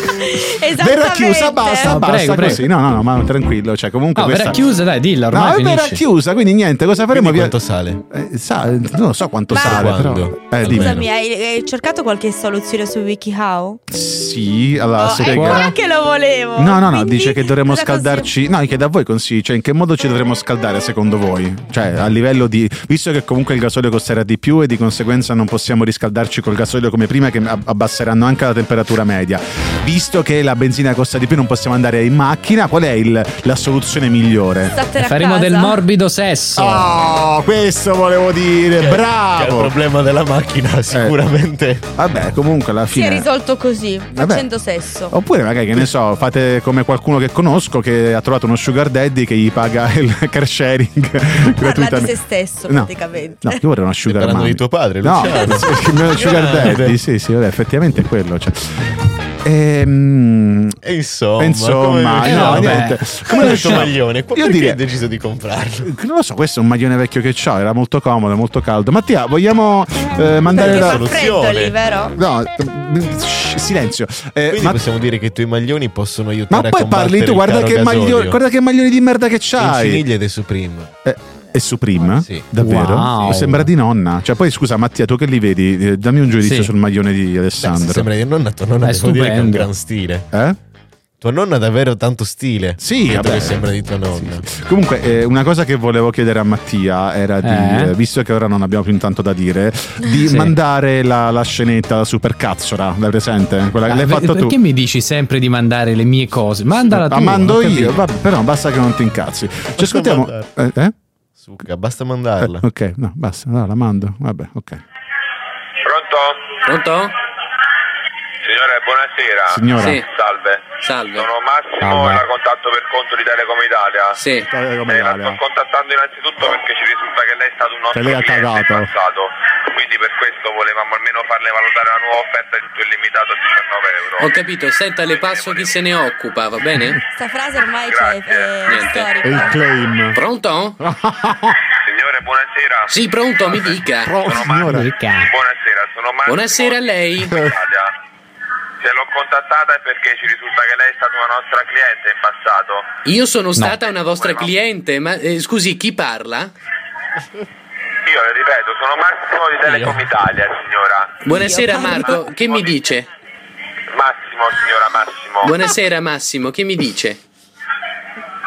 [SPEAKER 5] Esattamente.
[SPEAKER 4] Vera Eh, chiusa, basta,
[SPEAKER 7] No,
[SPEAKER 4] basta
[SPEAKER 7] prego, prego.
[SPEAKER 4] così. No, no, no, ma tranquillo, cioè comunque
[SPEAKER 7] No,
[SPEAKER 4] questa...
[SPEAKER 7] verrà chiusa, dai, dillo
[SPEAKER 4] No,
[SPEAKER 7] ormai
[SPEAKER 4] è vera
[SPEAKER 7] finisci.
[SPEAKER 4] chiusa, quindi niente, cosa faremo?
[SPEAKER 2] Quindi
[SPEAKER 4] Via-
[SPEAKER 2] quanto sale?
[SPEAKER 4] eh, sa- non lo so quanto
[SPEAKER 5] Ma-
[SPEAKER 4] sale,
[SPEAKER 2] Quando?
[SPEAKER 4] però. Eh, dimmi.
[SPEAKER 2] Almeno.
[SPEAKER 5] Scusami, hai, hai cercato qualche soluzione su WikiHow?
[SPEAKER 4] Sì, allora
[SPEAKER 5] Oh,
[SPEAKER 4] Ah, spiega-
[SPEAKER 5] eccola che lo volevo.
[SPEAKER 4] No, no, no,
[SPEAKER 5] Quindi,
[SPEAKER 4] dice che dovremmo
[SPEAKER 5] cosa consigli-
[SPEAKER 4] scaldarci. No, chiede a voi consigli, cioè in che modo ci dovremmo scaldare secondo voi? Cioè, a livello di visto che comunque il gasolio costerà di più e di conseguenza non possiamo riscaldarci col gasolio come prima che ab- abbasseranno anche la temperatura media. Visto che la benzina costa di più non possiamo andare in macchina, qual è il- la soluzione migliore?
[SPEAKER 5] Statene a
[SPEAKER 7] Faremo
[SPEAKER 5] casa.
[SPEAKER 7] del morbido sesso.
[SPEAKER 4] Oh, questo volevo dire,
[SPEAKER 2] Che il
[SPEAKER 4] bravo. Eh.
[SPEAKER 2] problema della macchina sicuramente.
[SPEAKER 4] Vabbè, comunque alla
[SPEAKER 5] Si è
[SPEAKER 4] fine
[SPEAKER 5] risolto così,
[SPEAKER 4] Vabbè. Oh,
[SPEAKER 5] facendo sesso.
[SPEAKER 4] Oppure magari che ne so, fate come qualcuno che conosco che ha trovato uno sugar daddy che gli paga il *laughs* car sharing
[SPEAKER 5] Parlate se
[SPEAKER 4] gratuitamente.
[SPEAKER 5] stesso,
[SPEAKER 4] No.
[SPEAKER 5] praticamente.
[SPEAKER 4] No, io vorrei uno
[SPEAKER 2] Stai
[SPEAKER 4] sugar
[SPEAKER 2] parlando
[SPEAKER 4] mommy.
[SPEAKER 2] di tuo padre,
[SPEAKER 4] No,
[SPEAKER 2] Luciano.
[SPEAKER 4] *laughs* il mio sugar daddy, sì, sì, vabbè, effettivamente è quello. Cioè. Ehm,
[SPEAKER 2] E insomma,
[SPEAKER 4] Insomma,
[SPEAKER 2] come,
[SPEAKER 7] no,
[SPEAKER 2] come-
[SPEAKER 7] niente.
[SPEAKER 2] Come
[SPEAKER 4] Come
[SPEAKER 2] il tuo
[SPEAKER 4] no.
[SPEAKER 2] maglione? Qua
[SPEAKER 4] Io
[SPEAKER 2] perché
[SPEAKER 4] direi-
[SPEAKER 2] hai deciso di comprarlo?
[SPEAKER 4] non lo so, questo è un maglione vecchio che ho, era molto comodo, molto caldo. Mattia, vogliamo eh, mandare
[SPEAKER 5] Perché
[SPEAKER 4] la...
[SPEAKER 5] fa freddo
[SPEAKER 2] soluzione.
[SPEAKER 5] lì, vero?
[SPEAKER 4] No, eh, shh, silenzio. Eh,
[SPEAKER 2] Quindi
[SPEAKER 4] ma-
[SPEAKER 2] possiamo dire che i tuoi maglioni possono aiutare
[SPEAKER 4] ma
[SPEAKER 2] a
[SPEAKER 4] poi
[SPEAKER 2] combattere
[SPEAKER 4] parli tu,
[SPEAKER 2] il
[SPEAKER 4] guarda
[SPEAKER 2] caro
[SPEAKER 4] che,
[SPEAKER 2] gasolio.
[SPEAKER 4] maglione, guarda che maglioni di merda che c'hai.
[SPEAKER 2] Inciniglia ed è Supreme.
[SPEAKER 4] Eh, È Supreme?
[SPEAKER 2] Sì.
[SPEAKER 4] Davvero?
[SPEAKER 7] Wow.
[SPEAKER 4] Sì. Sembra di nonna. Cioè, poi scusa, Mattia, tu che li vedi? eh, Dammi un giudizio
[SPEAKER 7] Sì.
[SPEAKER 4] sul maglione di
[SPEAKER 2] Beh, se
[SPEAKER 4] Alessandro.
[SPEAKER 2] sembra di nonna, tua nonna
[SPEAKER 7] È
[SPEAKER 2] devo dire che ha un
[SPEAKER 7] stupendo.
[SPEAKER 2] gran stile.
[SPEAKER 4] Eh?
[SPEAKER 2] Tua nonna ha davvero tanto stile.
[SPEAKER 4] Sì,
[SPEAKER 2] Tanto
[SPEAKER 4] vabbè.
[SPEAKER 2] che sembra di tua nonna.
[SPEAKER 4] Comunque, eh, una cosa che volevo chiedere a Mattia era di,
[SPEAKER 7] Eh?
[SPEAKER 4] eh, visto che ora non abbiamo più tanto da dire, di
[SPEAKER 7] Sì.
[SPEAKER 4] mandare la, la scenetta, la supercazzora, l'hai presente? Quella che
[SPEAKER 7] Ah,
[SPEAKER 4] l'hai
[SPEAKER 7] per-
[SPEAKER 4] fatto tu.
[SPEAKER 7] perché mi dici sempre di mandare le mie cose? Mandala tu.
[SPEAKER 4] La mando
[SPEAKER 7] non ho
[SPEAKER 4] io,
[SPEAKER 7] capito.
[SPEAKER 4] vabbè, però basta che non ti incazzi. Ci
[SPEAKER 2] Posso
[SPEAKER 4] ascoltiamo. Eh, eh?
[SPEAKER 2] Succa, basta mandarla.
[SPEAKER 4] Eh, ok, no, basta, no, la mando. Vabbè, ok.
[SPEAKER 12] Pronto?
[SPEAKER 1] Pronto?
[SPEAKER 12] Signore, buonasera.
[SPEAKER 4] Signora.
[SPEAKER 1] Sì.
[SPEAKER 12] Salve.
[SPEAKER 1] Salve.
[SPEAKER 12] Sono Massimo,
[SPEAKER 4] Salve.
[SPEAKER 12] la contatto per conto di Telecom Italia.
[SPEAKER 1] Sì.
[SPEAKER 4] Dai, come
[SPEAKER 12] Eh, la
[SPEAKER 4] Italia.
[SPEAKER 12] sto contattando innanzitutto perché ci risulta che lei è stato un nostro
[SPEAKER 4] Che lei ha
[SPEAKER 12] cliente in
[SPEAKER 4] cagato.
[SPEAKER 12] passato, quindi per questo volevamo almeno farle valutare la nuova offerta di tutto illimitato a 19 euro.
[SPEAKER 1] Ho capito, senta, le passo chi se ne occupa, va bene?
[SPEAKER 5] Sta frase ormai c'è, è
[SPEAKER 1] Niente.
[SPEAKER 4] E il
[SPEAKER 5] storica.
[SPEAKER 4] claim.
[SPEAKER 1] Pronto?
[SPEAKER 12] Signore, buonasera.
[SPEAKER 1] Sì, pronto, mi dica.
[SPEAKER 4] Pro, signora.
[SPEAKER 7] Mica.
[SPEAKER 12] Buonasera, sono Massimo.
[SPEAKER 1] Buonasera a lei.
[SPEAKER 12] Italia. Se l'ho contattata è perché ci risulta che lei è stata una nostra cliente in passato.
[SPEAKER 1] Io sono stata una vostra cliente, ma eh, scusi, chi parla?
[SPEAKER 12] Io le ripeto, sono Massimo di Telecom Italia, signora.
[SPEAKER 1] Buonasera
[SPEAKER 5] Io parlo.
[SPEAKER 1] Marco, che mi dice?
[SPEAKER 12] Massimo, signora Massimo.
[SPEAKER 1] Buonasera Massimo, che mi dice?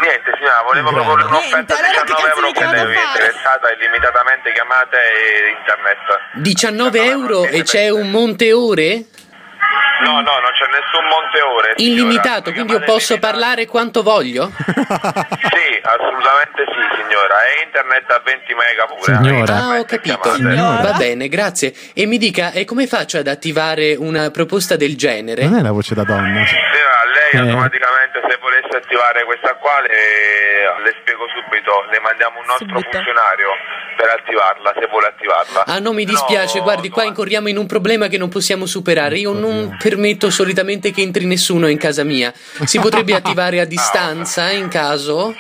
[SPEAKER 12] Niente, signora, volevo
[SPEAKER 1] Bravo.
[SPEAKER 12] proporre
[SPEAKER 5] Niente,
[SPEAKER 12] un'offerta
[SPEAKER 5] allora che
[SPEAKER 12] di 19
[SPEAKER 5] cazzo vi
[SPEAKER 12] euro per lei
[SPEAKER 5] chiamano
[SPEAKER 12] che
[SPEAKER 5] a
[SPEAKER 12] è
[SPEAKER 5] fare?
[SPEAKER 12] interessata e limitatamente chiamate e internet.
[SPEAKER 1] 19 euro e c'è un monte ore?
[SPEAKER 12] No, no, non c'è nessun monte ore. signora.
[SPEAKER 1] Illimitato,
[SPEAKER 12] Mi
[SPEAKER 1] quindi io
[SPEAKER 12] chiamate
[SPEAKER 1] posso
[SPEAKER 12] illimitato.
[SPEAKER 1] parlare quanto voglio?
[SPEAKER 12] Sì, assolutamente sì, signora. E internet a 20 mega pure.
[SPEAKER 7] Signora.
[SPEAKER 1] Ah, ho
[SPEAKER 12] Internet
[SPEAKER 1] capito.
[SPEAKER 12] chiamate.
[SPEAKER 5] Signora.
[SPEAKER 1] Va bene, grazie. E mi dica, e come faccio ad attivare una proposta del genere?
[SPEAKER 4] Non è la voce da donna. cioè.
[SPEAKER 12] Signora, lei
[SPEAKER 7] Eh.
[SPEAKER 12] automaticamente se volesse attivare questa qua le, le spiego subito, le mandiamo un nostro
[SPEAKER 5] Subito.
[SPEAKER 12] funzionario per attivarla, se vuole attivarla.
[SPEAKER 1] Ah, non mi dispiace,
[SPEAKER 12] No,
[SPEAKER 1] guardi, qua
[SPEAKER 12] no.
[SPEAKER 1] incorriamo in un problema che non possiamo superare. Io non permetto solitamente che entri nessuno in casa mia. Si potrebbe attivare a distanza in caso?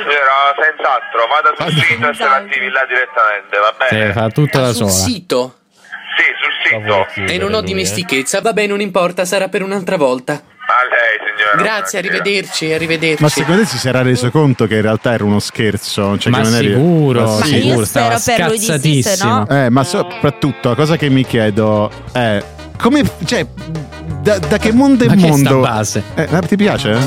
[SPEAKER 12] Signora, senz'altro, vada sul sito e se la attivi là direttamente, va
[SPEAKER 7] Sì,
[SPEAKER 12] bene?
[SPEAKER 7] eh, fa tutto
[SPEAKER 1] Ah,
[SPEAKER 7] da
[SPEAKER 1] sul
[SPEAKER 7] sola.
[SPEAKER 1] sito.
[SPEAKER 12] Sì, sul sito.
[SPEAKER 1] E non ho dimestichezza. Vabbè, non importa, sarà per un'altra volta.
[SPEAKER 12] A lei, signora.
[SPEAKER 1] Grazie,
[SPEAKER 12] buonasera.
[SPEAKER 1] arrivederci, arrivederci.
[SPEAKER 4] Ma secondo te si sarà reso conto che in realtà era uno scherzo? Cioè,
[SPEAKER 7] Ma
[SPEAKER 4] che non eri-
[SPEAKER 7] sicuro,
[SPEAKER 4] Ma
[SPEAKER 5] Ma
[SPEAKER 4] sì.
[SPEAKER 5] io
[SPEAKER 7] sicuro, stava
[SPEAKER 5] spero per lui di sì, se
[SPEAKER 7] scazzatissimo.
[SPEAKER 5] no-
[SPEAKER 4] Eh, ma soprattutto la cosa che mi chiedo è come, cioè, da, da che mondo
[SPEAKER 7] Ma
[SPEAKER 4] è
[SPEAKER 7] che sta
[SPEAKER 4] mondo?
[SPEAKER 7] base?
[SPEAKER 4] Eh, eh, ti piace?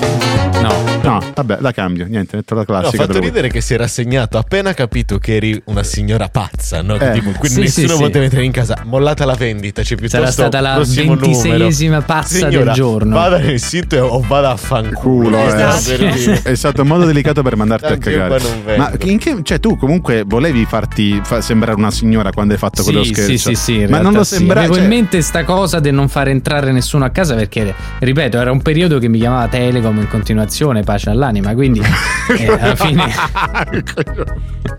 [SPEAKER 7] No.
[SPEAKER 4] No, vabbè, la cambio. Niente, metto la
[SPEAKER 2] No, ho
[SPEAKER 4] classica.
[SPEAKER 2] fatto
[SPEAKER 4] dove-
[SPEAKER 2] ridere che si era assegnato appena capito che eri una signora pazza, no? Che
[SPEAKER 4] Eh.
[SPEAKER 2] tipo, quindi
[SPEAKER 7] Sì, sì,
[SPEAKER 2] nessuno
[SPEAKER 7] sì.
[SPEAKER 2] poteva entrare in casa. Mollata la vendita, c'è piuttosto
[SPEAKER 7] Sarà stata la
[SPEAKER 2] prossimo numero.
[SPEAKER 7] 26esima pazza
[SPEAKER 2] Signora,
[SPEAKER 7] del giorno.
[SPEAKER 2] Vada nel sito e- o vada a fanculo.
[SPEAKER 4] Culo, eh.
[SPEAKER 2] Stavo per dire.
[SPEAKER 4] È stato un modo delicato per mandarti a
[SPEAKER 2] Tanto io
[SPEAKER 4] cagare.
[SPEAKER 2] qua non vengo.
[SPEAKER 4] Ma in che- cioè, tu comunque volevi farti fa- sembrare una signora quando hai fatto quello
[SPEAKER 7] Sì,
[SPEAKER 4] scherzo.
[SPEAKER 7] sì, sì, sì, in
[SPEAKER 4] Ma
[SPEAKER 7] realtà
[SPEAKER 4] non lo
[SPEAKER 7] sì.
[SPEAKER 4] sembrava.
[SPEAKER 7] Avevo
[SPEAKER 4] cioè-
[SPEAKER 7] in mente sta cosa di non far entrare nessuno a casa perché, ripeto, era un periodo che mi chiamava Telecom in continuazione, pace all'anima,
[SPEAKER 4] *laughs*
[SPEAKER 7] quindi eh, alla fine...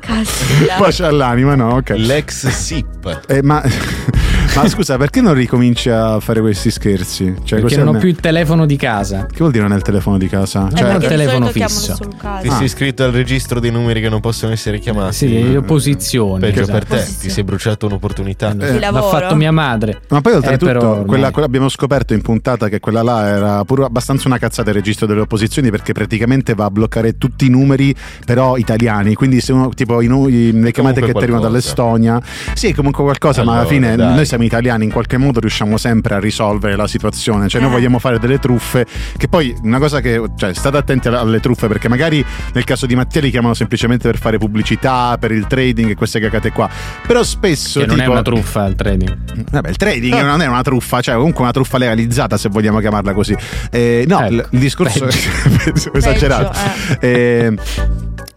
[SPEAKER 5] Caspita.
[SPEAKER 4] Pace all'anima, no? Ok.
[SPEAKER 2] L'ex SIP.
[SPEAKER 4] Eh, ma, *laughs* ma scusa, perché non ricominci a fare questi scherzi? Cioè,
[SPEAKER 7] perché
[SPEAKER 4] cos'è
[SPEAKER 7] non ho
[SPEAKER 4] ne-
[SPEAKER 7] più il telefono di casa.
[SPEAKER 4] Che vuol dire non è il telefono di casa?
[SPEAKER 5] Eh,
[SPEAKER 7] Cioè-
[SPEAKER 5] perché
[SPEAKER 7] il
[SPEAKER 5] di
[SPEAKER 7] telefono
[SPEAKER 5] solito
[SPEAKER 7] fisso.
[SPEAKER 5] chiamano sul
[SPEAKER 2] Ti
[SPEAKER 5] caso.
[SPEAKER 2] sei iscritto al registro dei numeri che non possono essere
[SPEAKER 4] Ah,
[SPEAKER 2] chiamati.
[SPEAKER 7] Sì,
[SPEAKER 4] eh,
[SPEAKER 7] le opposizioni.
[SPEAKER 2] Peggio
[SPEAKER 7] esatto.
[SPEAKER 2] per te, ti sei bruciato un'opportunità.
[SPEAKER 7] Eh,
[SPEAKER 5] Di
[SPEAKER 7] L'ha
[SPEAKER 5] lavoro.
[SPEAKER 7] fatto mia madre.
[SPEAKER 4] Ma poi oltretutto,
[SPEAKER 7] Eh, però, ormai-
[SPEAKER 4] quella, quella abbiamo scoperto in puntata che quella là era pure abbastanza una cazzata il registro delle opposizioni perché praticamente va a bloccare tutti i numeri però italiani, quindi se uno, tipo i nu- i- le chiamate che ti
[SPEAKER 2] Comunque
[SPEAKER 4] arrivano
[SPEAKER 2] qualcosa.
[SPEAKER 4] dall'Estonia, sì comunque qualcosa, ma alla
[SPEAKER 2] Allora,
[SPEAKER 4] fine
[SPEAKER 2] dai.
[SPEAKER 4] noi siamo italiani, in qualche modo riusciamo sempre a risolvere la situazione, cioè noi
[SPEAKER 5] Eh.
[SPEAKER 4] vogliamo fare delle truffe, che poi una cosa che, cioè state attenti alla- alle truffe perché magari nel caso di Mattia li chiamano semplicemente per fare pubblicità, per il trading e queste cagate qua, però spesso...
[SPEAKER 7] Che non è
[SPEAKER 4] tipo-
[SPEAKER 7] una truffa il
[SPEAKER 4] *laughs*
[SPEAKER 7] trading.
[SPEAKER 4] Vabbè, il trading non è una truffa, cioè comunque una truffa legalizzata se vogliamo chiamarla così. Eh, no,
[SPEAKER 7] Ecco,
[SPEAKER 4] il- il discorso *laughs* è esagerato.
[SPEAKER 5] Peggio,
[SPEAKER 4] Eh,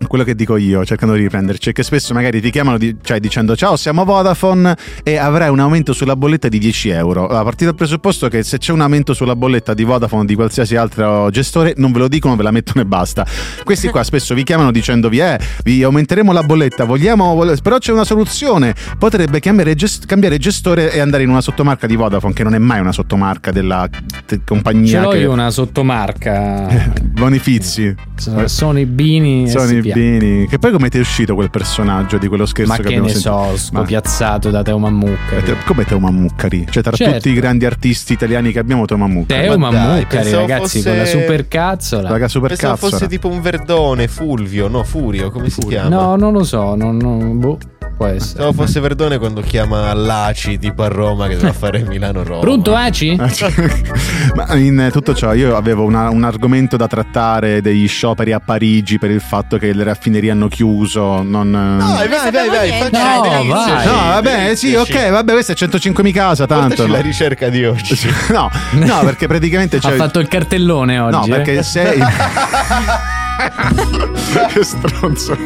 [SPEAKER 4] quello che dico io, cercando di riprenderci, è che spesso magari ti chiamano di- cioè, dicendo ciao, siamo Vodafone e avrai un aumento sulla bolletta di 10 euro. Allora, partire dal presupposto che se c'è un aumento sulla bolletta di Vodafone o di qualsiasi altro gestore, non ve lo dicono, ve la mettono e basta. Questi qua spesso vi chiamano dicendovi eh, vi aumenteremo la bolletta, vogliamo, vol- però c'è una soluzione, potrebbe cambiare, gest- cambiare gestore e andare in una sottomarca di Vodafone, che non è mai una sottomarca della t-
[SPEAKER 7] Ce
[SPEAKER 4] compagnia.
[SPEAKER 7] l'ho
[SPEAKER 4] che-
[SPEAKER 7] io una sottomarca.
[SPEAKER 4] *laughs* Bonifizi.
[SPEAKER 7] Sono- sono i Bini
[SPEAKER 4] Sono i
[SPEAKER 7] SPA.
[SPEAKER 4] Bini. Che poi come ti è uscito quel personaggio di quello scherzo
[SPEAKER 7] Ma
[SPEAKER 4] che,
[SPEAKER 7] che
[SPEAKER 4] abbiamo
[SPEAKER 7] ne so,
[SPEAKER 4] sentito? Ma-
[SPEAKER 7] scopiazzato da Teo
[SPEAKER 4] Eh,
[SPEAKER 7] Mammucca.
[SPEAKER 4] te- Come Teo Mammuccari? Cioè, tra
[SPEAKER 7] Certo.
[SPEAKER 4] tutti i grandi artisti italiani che abbiamo, Teo Mammuccari.
[SPEAKER 7] Teo
[SPEAKER 2] Ma dai,
[SPEAKER 7] Mammucari,
[SPEAKER 2] pensavo
[SPEAKER 7] ragazzi,
[SPEAKER 2] fosse-
[SPEAKER 7] con la supercazzola.
[SPEAKER 4] Raga, super
[SPEAKER 2] Pensavo
[SPEAKER 4] cazzo.
[SPEAKER 2] fosse
[SPEAKER 4] *laughs*
[SPEAKER 2] tipo un verdone, Fulvio, no, Furio, come si chiama?
[SPEAKER 7] No, non lo so, non, non- boh, può essere.
[SPEAKER 2] Pensavo fosse Verdone quando chiama l'ACI tipo a Roma che deve fare Milano-Roma.
[SPEAKER 7] Pronto eh?
[SPEAKER 4] Eh,
[SPEAKER 7] Aci?
[SPEAKER 4] Ma in tutto ciò io avevo una- un argomento da trattare degli scioperi a Parigi per il fatto che le raffinerie hanno chiuso. Non,
[SPEAKER 2] No,
[SPEAKER 4] no,
[SPEAKER 2] vai, vai, vai, vai,
[SPEAKER 5] No,
[SPEAKER 2] facci un
[SPEAKER 7] vai.
[SPEAKER 2] inizio,
[SPEAKER 7] No,
[SPEAKER 2] sì,
[SPEAKER 4] vabbè, sì,
[SPEAKER 2] inizio, sì.
[SPEAKER 4] ok, vabbè, questa è 105.000 casa, tanto.
[SPEAKER 2] Portaci la
[SPEAKER 4] no?
[SPEAKER 2] ricerca di oggi. *laughs*
[SPEAKER 4] *laughs* No, no, perché praticamente c'è.
[SPEAKER 7] *laughs* Ha fatto il cartellone oggi.
[SPEAKER 4] No,
[SPEAKER 7] eh?
[SPEAKER 4] perché
[SPEAKER 7] *laughs*
[SPEAKER 4] se. che stronzo. *laughs*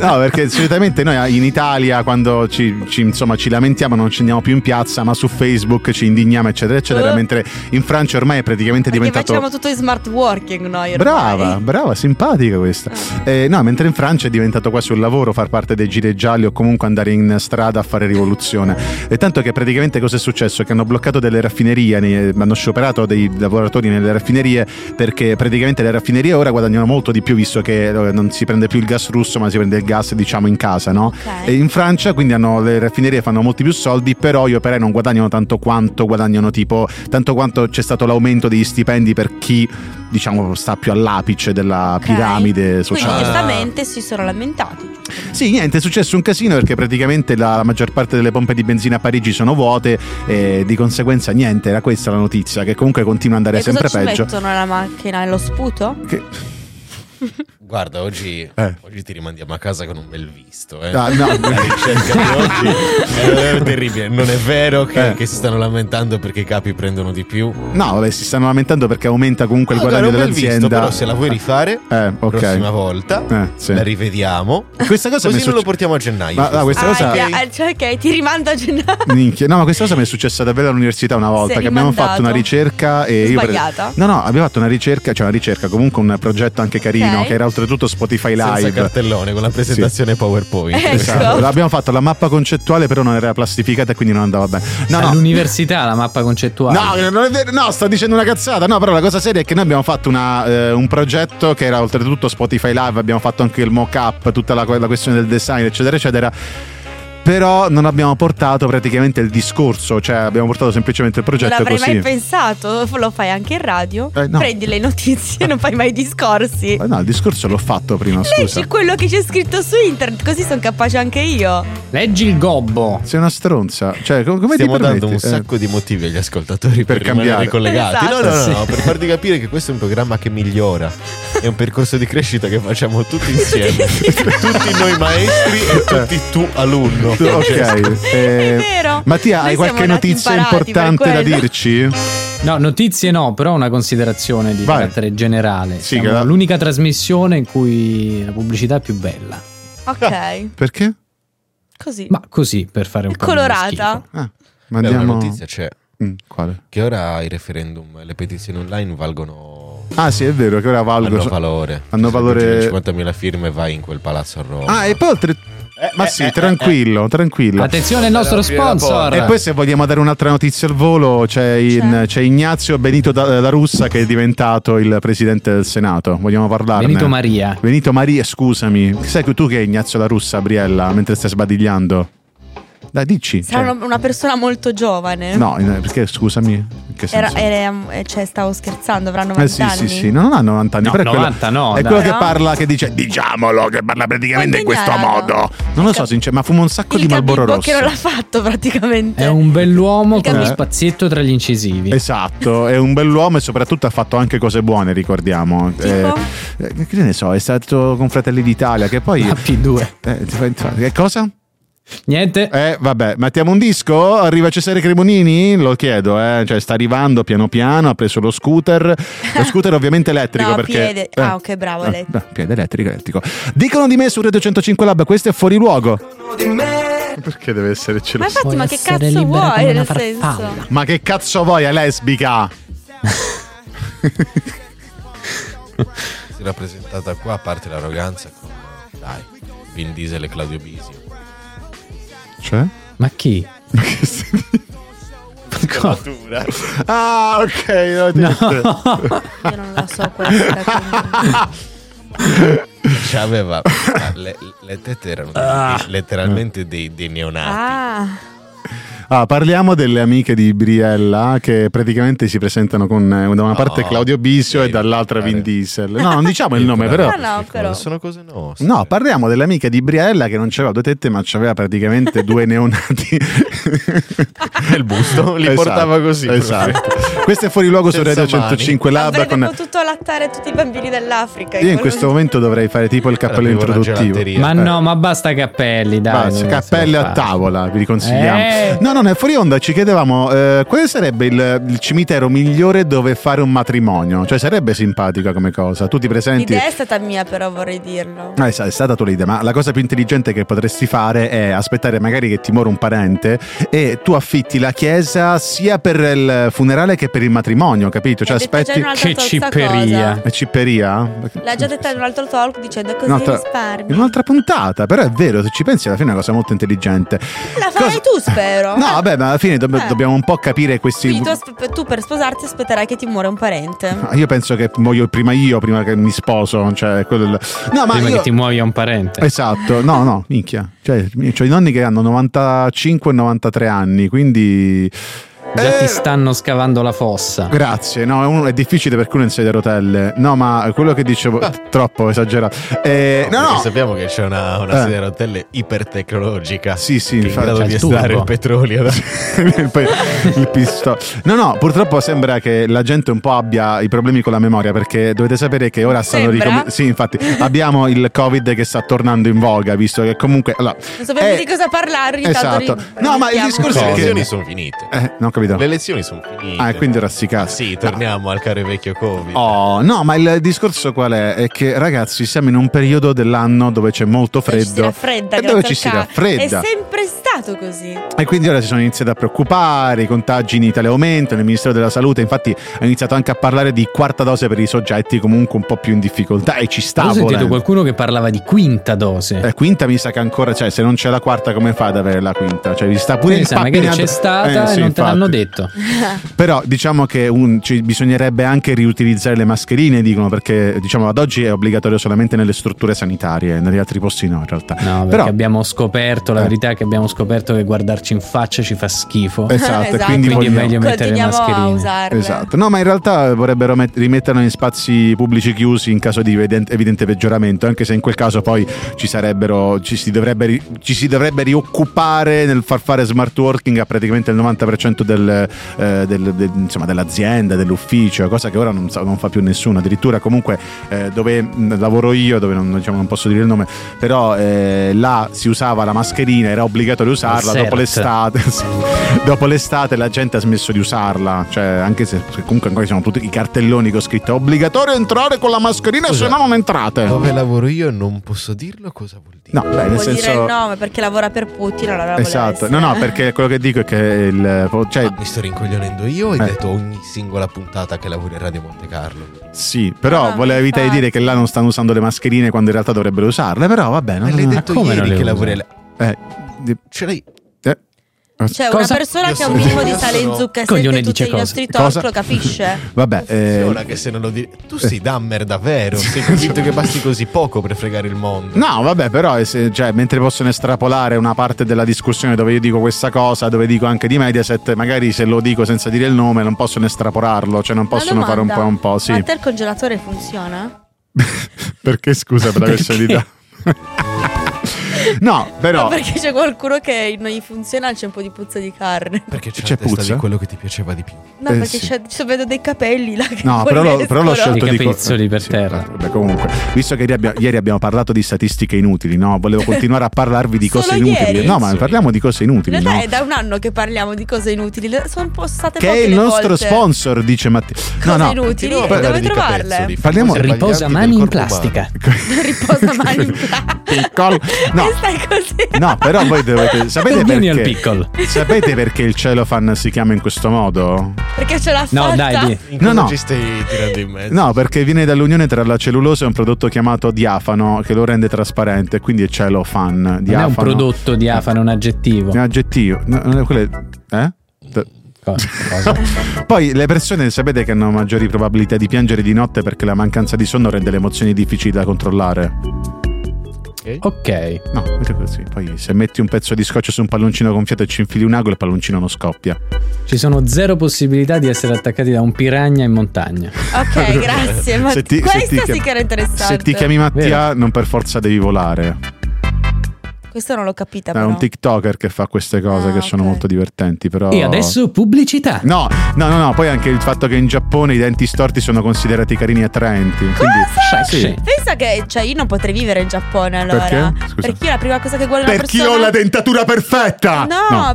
[SPEAKER 4] No, perché solitamente noi in Italia quando ci, ci- insomma, ci lamentiamo non ci andiamo più in piazza, ma su Facebook ci indigniamo, eccetera, eccetera,
[SPEAKER 5] Eh.
[SPEAKER 4] mentre in Francia ormai è praticamente
[SPEAKER 5] Perché facciamo
[SPEAKER 4] diventato.
[SPEAKER 5] tutto in smart working noi ormai.
[SPEAKER 4] Brava, brava, simpatica questa. Eh, no, mentre in Francia è diventato quasi un lavoro far parte dei gireggiali o comunque andare in strada a fare rivoluzione. E tanto che praticamente cosa è successo? Che hanno bloccato delle raffinerie, ne- hanno scioperato dei lavoratori nelle raffinerie perché praticamente le raffinerie ora guadagnano molto di più visto che eh, non si prende più il gas russo ma si prende il gas diciamo in casa, no?
[SPEAKER 5] Ok.
[SPEAKER 4] E in Francia quindi hanno, le raffinerie fanno molti più soldi, però gli operai non guadagnano tanto quanto guadagnano tipo, tanto quanto c'è stato l'aumento degli stipendi per chi diciamo sta più all'apice della
[SPEAKER 5] Ok.
[SPEAKER 4] piramide sociale.
[SPEAKER 5] Quindi giustamente si sono lamentati.
[SPEAKER 4] Sì, niente, è successo un casino perché praticamente la, la maggior parte delle pompe di benzina a Parigi sono vuote e di conseguenza niente, era questa la notizia, che comunque continua ad andare
[SPEAKER 5] e
[SPEAKER 4] sempre
[SPEAKER 5] cosa ci
[SPEAKER 4] peggio.
[SPEAKER 5] mettono nella macchina? Lo sputo?
[SPEAKER 4] Che-
[SPEAKER 2] Guarda, oggi,
[SPEAKER 4] Eh.
[SPEAKER 2] oggi ti rimandiamo a casa con un bel visto. Eh.
[SPEAKER 4] Ah, no.
[SPEAKER 2] *laughs* La ricerca di oggi è davvero terribile. Non è vero che,
[SPEAKER 4] Eh.
[SPEAKER 2] che si stanno lamentando perché i capi prendono di più.
[SPEAKER 4] No, vabbè, si stanno lamentando perché aumenta comunque il
[SPEAKER 2] Ah, guarda,
[SPEAKER 4] guadagno
[SPEAKER 2] un bel
[SPEAKER 4] dell'azienda.
[SPEAKER 2] visto, però se la vuoi rifare,
[SPEAKER 4] Eh, ok.
[SPEAKER 2] prossima volta
[SPEAKER 4] Eh, sì.
[SPEAKER 2] la rivediamo.
[SPEAKER 4] Questa cosa
[SPEAKER 2] Così
[SPEAKER 4] mi è
[SPEAKER 2] non lo
[SPEAKER 4] succe-
[SPEAKER 2] portiamo a gennaio.
[SPEAKER 4] Ma- ma questa
[SPEAKER 5] Ah,
[SPEAKER 4] cosa-
[SPEAKER 5] ok, ah, cioè, ok, ti rimando
[SPEAKER 4] *laughs*
[SPEAKER 5] a gennaio.
[SPEAKER 4] Minchia. No, ma questa cosa mi è successa davvero all'università una volta.
[SPEAKER 5] Sei
[SPEAKER 4] Che abbiamo
[SPEAKER 5] rimandato.
[SPEAKER 4] fatto una ricerca e io.
[SPEAKER 5] Sbagliata?
[SPEAKER 4] No, no, abbiamo fatto una ricerca, cioè una ricerca, comunque un progetto anche carino,
[SPEAKER 5] Ok.
[SPEAKER 4] che era oltretutto
[SPEAKER 2] *laughs*
[SPEAKER 4] Spotify
[SPEAKER 2] Senza
[SPEAKER 4] Live.
[SPEAKER 2] cartellone, con la presentazione PowerPoint.
[SPEAKER 5] Eh,
[SPEAKER 4] Esatto. Abbiamo fatto la mappa concettuale, però non era plastificata e quindi non andava bene. No, no.
[SPEAKER 7] All'università la mappa concettuale.
[SPEAKER 4] No, non è vero, no, sto dicendo una cazzata. No, però la cosa seria è che noi abbiamo fatto una, eh, un progetto che era oltretutto Spotify Live, abbiamo fatto anche il mock-up, tutta la, la questione del design, eccetera, eccetera. Però non abbiamo portato praticamente il discorso, cioè abbiamo portato semplicemente il
[SPEAKER 5] Non
[SPEAKER 4] progetto
[SPEAKER 5] l'avrei
[SPEAKER 4] così.
[SPEAKER 5] mai pensato. Lo fai anche in radio.
[SPEAKER 4] Eh, no.
[SPEAKER 5] Prendi le notizie, non fai mai discorsi.
[SPEAKER 4] Eh, No, il discorso l'ho fatto prima, scusa. Eh.
[SPEAKER 5] Leggi quello che c'è scritto su internet, così sono capace anche io.
[SPEAKER 7] Leggi il gobbo.
[SPEAKER 4] Sei una stronza. Cioè, com- come
[SPEAKER 2] Stiamo
[SPEAKER 4] ti
[SPEAKER 2] dando
[SPEAKER 4] permetti?
[SPEAKER 2] un
[SPEAKER 4] Eh.
[SPEAKER 2] sacco di motivi agli ascoltatori per,
[SPEAKER 4] Per
[SPEAKER 2] rimanere
[SPEAKER 4] cambiare.
[SPEAKER 2] collegati. No, no, no,
[SPEAKER 4] Esatto.
[SPEAKER 2] no, per farti capire che questo è un programma che migliora. È un percorso di crescita che facciamo tutti
[SPEAKER 4] *laughs*
[SPEAKER 2] insieme. tutti noi maestri e tutti tu alunno.
[SPEAKER 4] Cioè,
[SPEAKER 5] *laughs*
[SPEAKER 4] Ok, eh,
[SPEAKER 5] vero.
[SPEAKER 4] Mattia,
[SPEAKER 5] Noi
[SPEAKER 4] hai qualche
[SPEAKER 5] siamo nati
[SPEAKER 4] notizia
[SPEAKER 5] imparati per
[SPEAKER 4] importante da
[SPEAKER 5] quello.
[SPEAKER 4] dirci?
[SPEAKER 7] No, notizie no, però una considerazione di
[SPEAKER 4] Vai.
[SPEAKER 7] carattere generale.
[SPEAKER 4] Sì,
[SPEAKER 7] Siamo
[SPEAKER 4] che la-
[SPEAKER 7] l'unica trasmissione in cui la pubblicità è più bella.
[SPEAKER 5] Ok,
[SPEAKER 4] Perché?
[SPEAKER 5] così.
[SPEAKER 7] Ma così per fare un po' di
[SPEAKER 5] Colorata.
[SPEAKER 2] Mandiamo...
[SPEAKER 4] Ah, Mandiamo-
[SPEAKER 2] una notizia c'è.
[SPEAKER 4] Mm, quale?
[SPEAKER 2] Che ora i referendum, le petizioni online valgono.
[SPEAKER 4] Ah, sì, è vero che ora valgo.
[SPEAKER 2] Hanno valore.
[SPEAKER 4] Hanno
[SPEAKER 2] Se
[SPEAKER 4] valore-
[SPEAKER 2] raggiungi le 50.000 firme vai in quel palazzo a Roma.
[SPEAKER 4] Ah, e poi oltre. Ma sì, tranquillo, tranquillo.
[SPEAKER 7] Attenzione al nostro sponsor.
[SPEAKER 4] E poi se vogliamo dare un'altra notizia al volo, c'è, in- c'è Ignazio Benito da, da Russa che è diventato il presidente del Senato. Vogliamo parlarne?
[SPEAKER 7] Benito Maria.
[SPEAKER 4] Benito Maria, scusami. Sai che tu che è Ignazio la Russa, Briella, mentre stai sbadigliando? Dai, dici.
[SPEAKER 5] Sarà una- una persona molto giovane.
[SPEAKER 4] Cioè, no, in- perché scusami? In Che
[SPEAKER 5] Era-
[SPEAKER 4] senso?
[SPEAKER 5] era- eh, cioè, stavo scherzando, avranno 90
[SPEAKER 4] eh sì, sì,
[SPEAKER 5] anni.
[SPEAKER 4] sì, no, non ha 90 anni,
[SPEAKER 7] No,
[SPEAKER 4] però è quello-
[SPEAKER 7] 90 no,
[SPEAKER 4] è
[SPEAKER 7] dai.
[SPEAKER 4] quello che
[SPEAKER 5] No?
[SPEAKER 4] parla, che dice diciamolo, che parla praticamente in
[SPEAKER 5] Quanti
[SPEAKER 4] questo
[SPEAKER 5] anni hanno?
[SPEAKER 4] modo. Non lo so, sincer- ma fumo un sacco
[SPEAKER 5] Il
[SPEAKER 4] di Marlboro
[SPEAKER 5] Gabibbo
[SPEAKER 4] Rosso.
[SPEAKER 5] che non l'ha fatto praticamente.
[SPEAKER 7] È un bell'uomo con
[SPEAKER 5] Capito?
[SPEAKER 7] lo spazietto tra gli incisivi.
[SPEAKER 4] *laughs* Esatto, è un bell'uomo e soprattutto ha fatto anche cose buone, ricordiamo.
[SPEAKER 5] Tipo?
[SPEAKER 4] eh, che ne so, è stato con Fratelli d'Italia, che poi...
[SPEAKER 7] La P2.
[SPEAKER 4] Eh, ti fa entrare- che cosa?
[SPEAKER 7] Niente.
[SPEAKER 4] Eh, vabbè, mettiamo un disco? Arriva Cesare Cremonini? Lo chiedo, eh. Cioè, sta arrivando piano piano, ha preso lo scooter. Lo scooter ovviamente elettrico
[SPEAKER 5] *laughs* No,
[SPEAKER 4] perché...
[SPEAKER 5] piede. Ah, ok, bravo,
[SPEAKER 4] eh,
[SPEAKER 5] elettrico.
[SPEAKER 4] eh, piede elettrico, elettrico. Dicono di me su Rete 105 Lab, questo è fuori luogo. Perché deve essere
[SPEAKER 5] Ma
[SPEAKER 4] celeste?
[SPEAKER 5] infatti, ma che
[SPEAKER 7] essere
[SPEAKER 5] cazzo
[SPEAKER 7] libera come
[SPEAKER 5] vuoi?
[SPEAKER 7] una
[SPEAKER 5] Nel senso.
[SPEAKER 7] farfalla.
[SPEAKER 4] Ma che cazzo vuoi, è lesbica?
[SPEAKER 2] Si è rappresentata qua, a parte l'arroganza, con dai, Vin Diesel e Claudio Bisio.
[SPEAKER 4] Cioè?
[SPEAKER 7] Ma chi?
[SPEAKER 4] Ma che stai *laughs*
[SPEAKER 7] Co-
[SPEAKER 4] Ah, ok. ho detto.
[SPEAKER 5] Io non la
[SPEAKER 4] *laughs*
[SPEAKER 5] so questa. quindi-
[SPEAKER 2] Cioè, aveva ah, le, le tette erano dei- letteralmente dei, dei neonati.
[SPEAKER 5] Ah,
[SPEAKER 4] Ah, parliamo delle amiche di Briella che praticamente si presentano con eh,
[SPEAKER 2] Ah,
[SPEAKER 4] da una parte
[SPEAKER 2] No,
[SPEAKER 4] Claudio Bisio e
[SPEAKER 2] devi
[SPEAKER 4] dall'altra Vin
[SPEAKER 2] fare-
[SPEAKER 4] Diesel. No, non
[SPEAKER 2] *laughs*
[SPEAKER 4] diciamo il
[SPEAKER 2] Ah,
[SPEAKER 4] nome, però.
[SPEAKER 5] No, Ah, no, però.
[SPEAKER 2] Sono cose nostre.
[SPEAKER 4] No, parliamo delle amiche di Briella che non c'aveva due tette, ma c'aveva praticamente
[SPEAKER 2] *laughs*
[SPEAKER 4] due neonati
[SPEAKER 2] Nel busto, li
[SPEAKER 4] Esatto,
[SPEAKER 2] portava così.
[SPEAKER 4] Esatto. Questo è fuori luogo su
[SPEAKER 2] Senza
[SPEAKER 4] Radio
[SPEAKER 2] mani.
[SPEAKER 4] 105 Lab.
[SPEAKER 5] avrebbe
[SPEAKER 4] Con...
[SPEAKER 5] potuto allattare tutti i bambini dell'Africa.
[SPEAKER 4] Io in
[SPEAKER 5] quello-
[SPEAKER 4] questo momento dovrei fare tipo il cappello
[SPEAKER 2] Era più una
[SPEAKER 4] introduttivo.
[SPEAKER 2] gelateria.
[SPEAKER 7] Ma no, ma basta cappelli, dai.
[SPEAKER 4] Eh. Basta,
[SPEAKER 7] non si
[SPEAKER 4] cappelli
[SPEAKER 7] può
[SPEAKER 4] a
[SPEAKER 7] fare.
[SPEAKER 4] tavola, vi riconsigliamo.
[SPEAKER 7] Eh.
[SPEAKER 4] No, no, nel fuori onda ci chiedevamo eh, quale sarebbe il, il cimitero migliore dove fare un matrimonio. Cioè, sarebbe simpatica come cosa. Tu ti presenti.
[SPEAKER 5] L'idea è stata mia, però vorrei dirlo.
[SPEAKER 4] Ah, è sta- è stata tua l'idea, ma la cosa più intelligente che potresti fare è aspettare magari che ti muore un parente e tu affitti la chiesa sia per il funerale che per il matrimonio, capito? Cioè,
[SPEAKER 5] Hai detto già
[SPEAKER 4] aspetti.
[SPEAKER 5] in un'altra
[SPEAKER 7] Che
[SPEAKER 5] tolza
[SPEAKER 7] cipperia.
[SPEAKER 5] cosa.
[SPEAKER 4] È Cipperia?
[SPEAKER 5] L'ha già detta in un altro talk dicendo così
[SPEAKER 4] Un'altra-
[SPEAKER 5] risparmi.
[SPEAKER 4] in un'altra puntata, però è vero, se ci pensi alla fine è una cosa molto intelligente.
[SPEAKER 5] La farai tu, spero.
[SPEAKER 4] No, vabbè, ma alla fine dobb-
[SPEAKER 5] Eh.
[SPEAKER 4] dobbiamo un po' capire questi.
[SPEAKER 5] Quindi tu, asp- tu per sposarti aspetterai che ti muore un
[SPEAKER 4] *laughs*
[SPEAKER 5] parente.
[SPEAKER 4] Ah, Io penso che muoio prima io, prima che mi sposo. Cioè, quello il- No, ma
[SPEAKER 7] Prima
[SPEAKER 4] io-
[SPEAKER 7] che ti muoia un parente.
[SPEAKER 4] Esatto, no, no, minchia. Cioè, ho i nonni che hanno 95 e 93 anni, quindi.
[SPEAKER 7] Già
[SPEAKER 4] Eh,
[SPEAKER 7] ti stanno scavando la fossa.
[SPEAKER 4] Grazie, no, è, un- è difficile perché uno è in sedia a rotelle. No, ma quello che dicevo,
[SPEAKER 7] Ah.
[SPEAKER 4] t- troppo esagerato. Eh, no,
[SPEAKER 2] Perché
[SPEAKER 4] no.
[SPEAKER 2] Sappiamo che c'è una, una
[SPEAKER 4] Eh.
[SPEAKER 2] sedia a rotelle ipertecnologica.
[SPEAKER 4] Sì,
[SPEAKER 2] che
[SPEAKER 4] sì,
[SPEAKER 2] è in
[SPEAKER 4] infatti.
[SPEAKER 2] grado
[SPEAKER 7] C'è
[SPEAKER 2] di
[SPEAKER 7] il
[SPEAKER 2] estrarre
[SPEAKER 7] turbo.
[SPEAKER 2] il petrolio. da-
[SPEAKER 4] *laughs* il, pe- il pisto. No, no, purtroppo sembra che la gente un po' abbia i problemi con la memoria perché dovete sapere che ora stanno
[SPEAKER 5] Sembra.
[SPEAKER 4] ricomin- Sì, infatti, abbiamo il Covid che sta tornando in voga, visto che comunque allora,
[SPEAKER 5] Non sappiamo
[SPEAKER 4] eh,
[SPEAKER 5] di cosa parlare. ogni tanto
[SPEAKER 4] Esatto.
[SPEAKER 5] ri-
[SPEAKER 4] No, ma il
[SPEAKER 5] mettiamo-
[SPEAKER 4] discorso
[SPEAKER 2] Le
[SPEAKER 4] è
[SPEAKER 2] elezioni
[SPEAKER 4] che
[SPEAKER 2] sono finite.
[SPEAKER 4] eh, non ho capito.
[SPEAKER 2] Le elezioni sono finite.
[SPEAKER 4] Ah, e quindi era sti cazzi.
[SPEAKER 2] Sì, torniamo al caro e vecchio Covid.
[SPEAKER 4] Oh, no, ma il discorso qual è? È che ragazzi, siamo in un periodo dell'anno dove c'è molto
[SPEAKER 5] Dove ci si
[SPEAKER 4] freddo
[SPEAKER 5] raffredda,
[SPEAKER 4] e dove
[SPEAKER 5] grazie
[SPEAKER 4] ci
[SPEAKER 5] al
[SPEAKER 4] si
[SPEAKER 5] cavolo.
[SPEAKER 4] raffredda.
[SPEAKER 5] È sempre stato così.
[SPEAKER 4] E quindi ora si sono iniziati a preoccupare, i contagi in Italia aumentano, il Ministero della Salute infatti ha iniziato anche a parlare di quarta dose per i soggetti comunque un po' più in difficoltà e ci sta
[SPEAKER 7] Ho sentito
[SPEAKER 4] volendo.
[SPEAKER 7] qualcuno che parlava di quinta dose.
[SPEAKER 4] Eh, quinta mi sa che ancora, cioè se non c'è la quarta come fa ad avere la quinta? Cioè vi sta pure
[SPEAKER 7] Quindi, sai, magari
[SPEAKER 4] impappinando-
[SPEAKER 7] c'è stata
[SPEAKER 4] Eh,
[SPEAKER 7] e
[SPEAKER 4] sì,
[SPEAKER 7] non te l'hanno l'hanno detto.
[SPEAKER 4] Però diciamo che un- ci bisognerebbe anche riutilizzare le mascherine, dicono, perché diciamo ad oggi è obbligatorio solamente nelle strutture sanitarie, negli altri posti no in realtà.
[SPEAKER 7] No, perché
[SPEAKER 4] Però- Eh.
[SPEAKER 7] abbiamo scoperto la verità è che abbiamo scoperto che guardarci in faccia ci fa schifo.
[SPEAKER 4] Esatto,
[SPEAKER 5] *laughs*
[SPEAKER 4] Esatto. quindi
[SPEAKER 7] è
[SPEAKER 4] vogliamo-
[SPEAKER 7] meglio mettere le
[SPEAKER 5] Continuiamo a
[SPEAKER 7] mascherine.
[SPEAKER 5] usarle.
[SPEAKER 4] Esatto, no, ma in realtà vorrebbero met- rimetterlo in spazi pubblici chiusi in caso di eviden- evidente peggioramento, anche se in quel caso poi ci sarebbero, ci si dovrebbe, ri- ci si dovrebbe rioccupare nel far fare smart working a praticamente il 90% del, eh, del- del- insomma, dell'azienda, dell'ufficio, cosa che ora non, sa- non fa più nessuno. Addirittura, comunque, eh, dove mh, lavoro io, dove non, diciamo, non posso dire il nome, però eh, là si usava la mascherina, era obbligatorio usarla
[SPEAKER 7] Al
[SPEAKER 4] dopo
[SPEAKER 7] CERT.
[SPEAKER 4] l'estate. *laughs* dopo l'estate la gente ha smesso di usarla, cioè anche se se comunque ancora ci sono tutti i cartelloni che ho scritto obbligatorio entrare con la mascherina,
[SPEAKER 2] Scusa.
[SPEAKER 4] se no non entrate.
[SPEAKER 2] Dove lavoro io non posso dirlo cosa vuol dire.
[SPEAKER 4] No, beh, nel
[SPEAKER 5] Vuol dire il
[SPEAKER 4] senso
[SPEAKER 5] nome perché lavora per Putin, allora voleva
[SPEAKER 4] Esatto.
[SPEAKER 5] essere. Ah.
[SPEAKER 4] No, no, perché quello che dico è che il cioè
[SPEAKER 2] Mi sto rincoglionendo io e
[SPEAKER 4] Eh.
[SPEAKER 2] ho detto ogni singola puntata che lavori a Radio Monte Carlo.
[SPEAKER 4] sì, però
[SPEAKER 5] Ah,
[SPEAKER 4] volevo evitare di
[SPEAKER 5] infatti.
[SPEAKER 4] dire che là non stanno usando le mascherine quando in realtà dovrebbero usarle, però va bene.
[SPEAKER 2] Ma l'hai
[SPEAKER 4] Ah, non-
[SPEAKER 2] detto
[SPEAKER 7] come non
[SPEAKER 2] ieri
[SPEAKER 7] le
[SPEAKER 2] che
[SPEAKER 7] uso?
[SPEAKER 2] lavori alla-
[SPEAKER 4] eh, di-
[SPEAKER 2] Ce l'hai
[SPEAKER 4] eh.
[SPEAKER 5] Cioè,
[SPEAKER 7] Cosa?
[SPEAKER 5] una persona
[SPEAKER 2] Io
[SPEAKER 5] che ha un
[SPEAKER 2] sono-
[SPEAKER 5] minimo di
[SPEAKER 2] io
[SPEAKER 5] sale in
[SPEAKER 2] sono-
[SPEAKER 5] zucca e
[SPEAKER 7] Coglione
[SPEAKER 5] sente
[SPEAKER 7] dice
[SPEAKER 5] tutti i
[SPEAKER 7] cosa.
[SPEAKER 5] nostri torch,
[SPEAKER 4] Cosa?
[SPEAKER 5] lo
[SPEAKER 4] *laughs*
[SPEAKER 5] capisce?
[SPEAKER 4] Vabbè, eh,
[SPEAKER 2] Funziona che se non lo dire. Tu sei Dummer davvero? Sei convinto che basti così poco per fregare il mondo?
[SPEAKER 4] No, vabbè, però eh, se- cioè, mentre possono estrapolare una parte della discussione dove io dico questa cosa, dove dico anche di Mediaset, magari se lo dico senza dire il nome non possono estrapolarlo, cioè non possono
[SPEAKER 5] Una
[SPEAKER 4] fare un po' e un
[SPEAKER 5] domanda.
[SPEAKER 4] po', sì.
[SPEAKER 5] Ma a te il congelatore funziona?
[SPEAKER 4] *laughs* Perché scusa per la
[SPEAKER 7] Perché?
[SPEAKER 4] personalità? Eh, no,
[SPEAKER 5] Ma
[SPEAKER 4] però
[SPEAKER 5] perché c'è qualcuno che non gli funziona, c'è un po' di puzza di carne. *laughs*
[SPEAKER 2] Perché c'è,
[SPEAKER 4] C'è
[SPEAKER 2] la testa
[SPEAKER 4] puzza?
[SPEAKER 2] di quello che ti piaceva di più.
[SPEAKER 5] No,
[SPEAKER 4] Eh,
[SPEAKER 5] perché
[SPEAKER 4] sì.
[SPEAKER 5] c'è- ci vedo dei capelli là che
[SPEAKER 4] No,
[SPEAKER 5] poi
[SPEAKER 4] però, l'ho-
[SPEAKER 5] escono.
[SPEAKER 4] però l'ho scelto
[SPEAKER 7] I
[SPEAKER 4] di co-
[SPEAKER 7] capezzoli per
[SPEAKER 4] Sì,
[SPEAKER 7] terra.
[SPEAKER 4] vabbè, comunque, visto che ieri, abbia- ieri abbiamo parlato di statistiche inutili, no?
[SPEAKER 5] *laughs*
[SPEAKER 4] Volevo continuare a parlarvi di
[SPEAKER 5] Solo
[SPEAKER 4] cose inutili.
[SPEAKER 5] ieri?
[SPEAKER 4] No, ma parliamo di cose
[SPEAKER 5] In
[SPEAKER 4] inutili,
[SPEAKER 5] realtà
[SPEAKER 4] no?
[SPEAKER 5] è da un anno che parliamo di cose inutili, le- sono po- state
[SPEAKER 4] Che è
[SPEAKER 5] poche
[SPEAKER 4] il
[SPEAKER 5] le
[SPEAKER 4] nostro
[SPEAKER 5] volte.
[SPEAKER 4] sponsor, dice Matteo. No,
[SPEAKER 5] Cose
[SPEAKER 4] no,
[SPEAKER 5] inutili,
[SPEAKER 2] Continuiamo a
[SPEAKER 5] dove
[SPEAKER 2] parlare di
[SPEAKER 5] trovarle?
[SPEAKER 2] capezzoli.
[SPEAKER 4] Parliamo-
[SPEAKER 2] Sembra gli
[SPEAKER 7] Riposa
[SPEAKER 2] arti
[SPEAKER 7] mani
[SPEAKER 2] del
[SPEAKER 7] in
[SPEAKER 2] corpo
[SPEAKER 7] plastica.
[SPEAKER 2] umano.
[SPEAKER 5] *laughs* Riposa mani in
[SPEAKER 4] *laughs*
[SPEAKER 5] pla-
[SPEAKER 4] Il collo- no.
[SPEAKER 5] *laughs* Questa è così.
[SPEAKER 4] No, però voi dovete. Sapete
[SPEAKER 7] Vieni al
[SPEAKER 4] perché?
[SPEAKER 7] piccolo.
[SPEAKER 4] Sapete perché il cellophane si chiama in questo modo?
[SPEAKER 5] Perché ce l'ha fatta.
[SPEAKER 7] No, dai, di.
[SPEAKER 2] In cosa
[SPEAKER 4] No, no.
[SPEAKER 2] ci stai tirando in mezzo?
[SPEAKER 4] No, perché viene dall'unione tra la cellulosa e un prodotto chiamato diafano che lo rende trasparente, quindi è cellophane.
[SPEAKER 7] Non è
[SPEAKER 4] Diafano.
[SPEAKER 7] un prodotto diafano, un aggettivo.
[SPEAKER 4] È un aggettivo. No, non è quello- eh? T-
[SPEAKER 7] Co- cosa?
[SPEAKER 4] Poi le persone sapete che hanno maggiori probabilità di piangere di notte perché la mancanza di sonno rende le emozioni difficili da controllare.
[SPEAKER 7] ok.
[SPEAKER 4] No, è così. Poi se metti un pezzo di scotch su un palloncino gonfiato e ci infili un ago, il palloncino non scoppia.
[SPEAKER 7] Ci sono zero possibilità di essere attaccati da un piragna in montagna.
[SPEAKER 4] *laughs*
[SPEAKER 5] Ok, grazie. Ma
[SPEAKER 4] Se ti- se
[SPEAKER 5] questa
[SPEAKER 4] ti
[SPEAKER 5] sì
[SPEAKER 4] chiam-
[SPEAKER 5] che era interessante.
[SPEAKER 4] Se ti chiami Mattia, non per forza devi volare.
[SPEAKER 5] Questo non l'ho capita.
[SPEAKER 4] È
[SPEAKER 5] però.
[SPEAKER 4] Ah, un TikToker che fa queste cose
[SPEAKER 5] Ah,
[SPEAKER 4] che sono
[SPEAKER 5] ok.
[SPEAKER 4] molto divertenti. Però...
[SPEAKER 7] E adesso pubblicità.
[SPEAKER 4] No, no, no, no. Poi anche il fatto che in Giappone i denti storti sono considerati carini e attraenti. Quindi,
[SPEAKER 5] Cosa?
[SPEAKER 7] Sì.
[SPEAKER 5] Pensa che cioè, io non potrei vivere in Giappone allora.
[SPEAKER 4] Perché? Scusa.
[SPEAKER 5] Perché io la prima cosa che guardo una persona.
[SPEAKER 4] dentatura perfetta!
[SPEAKER 5] No,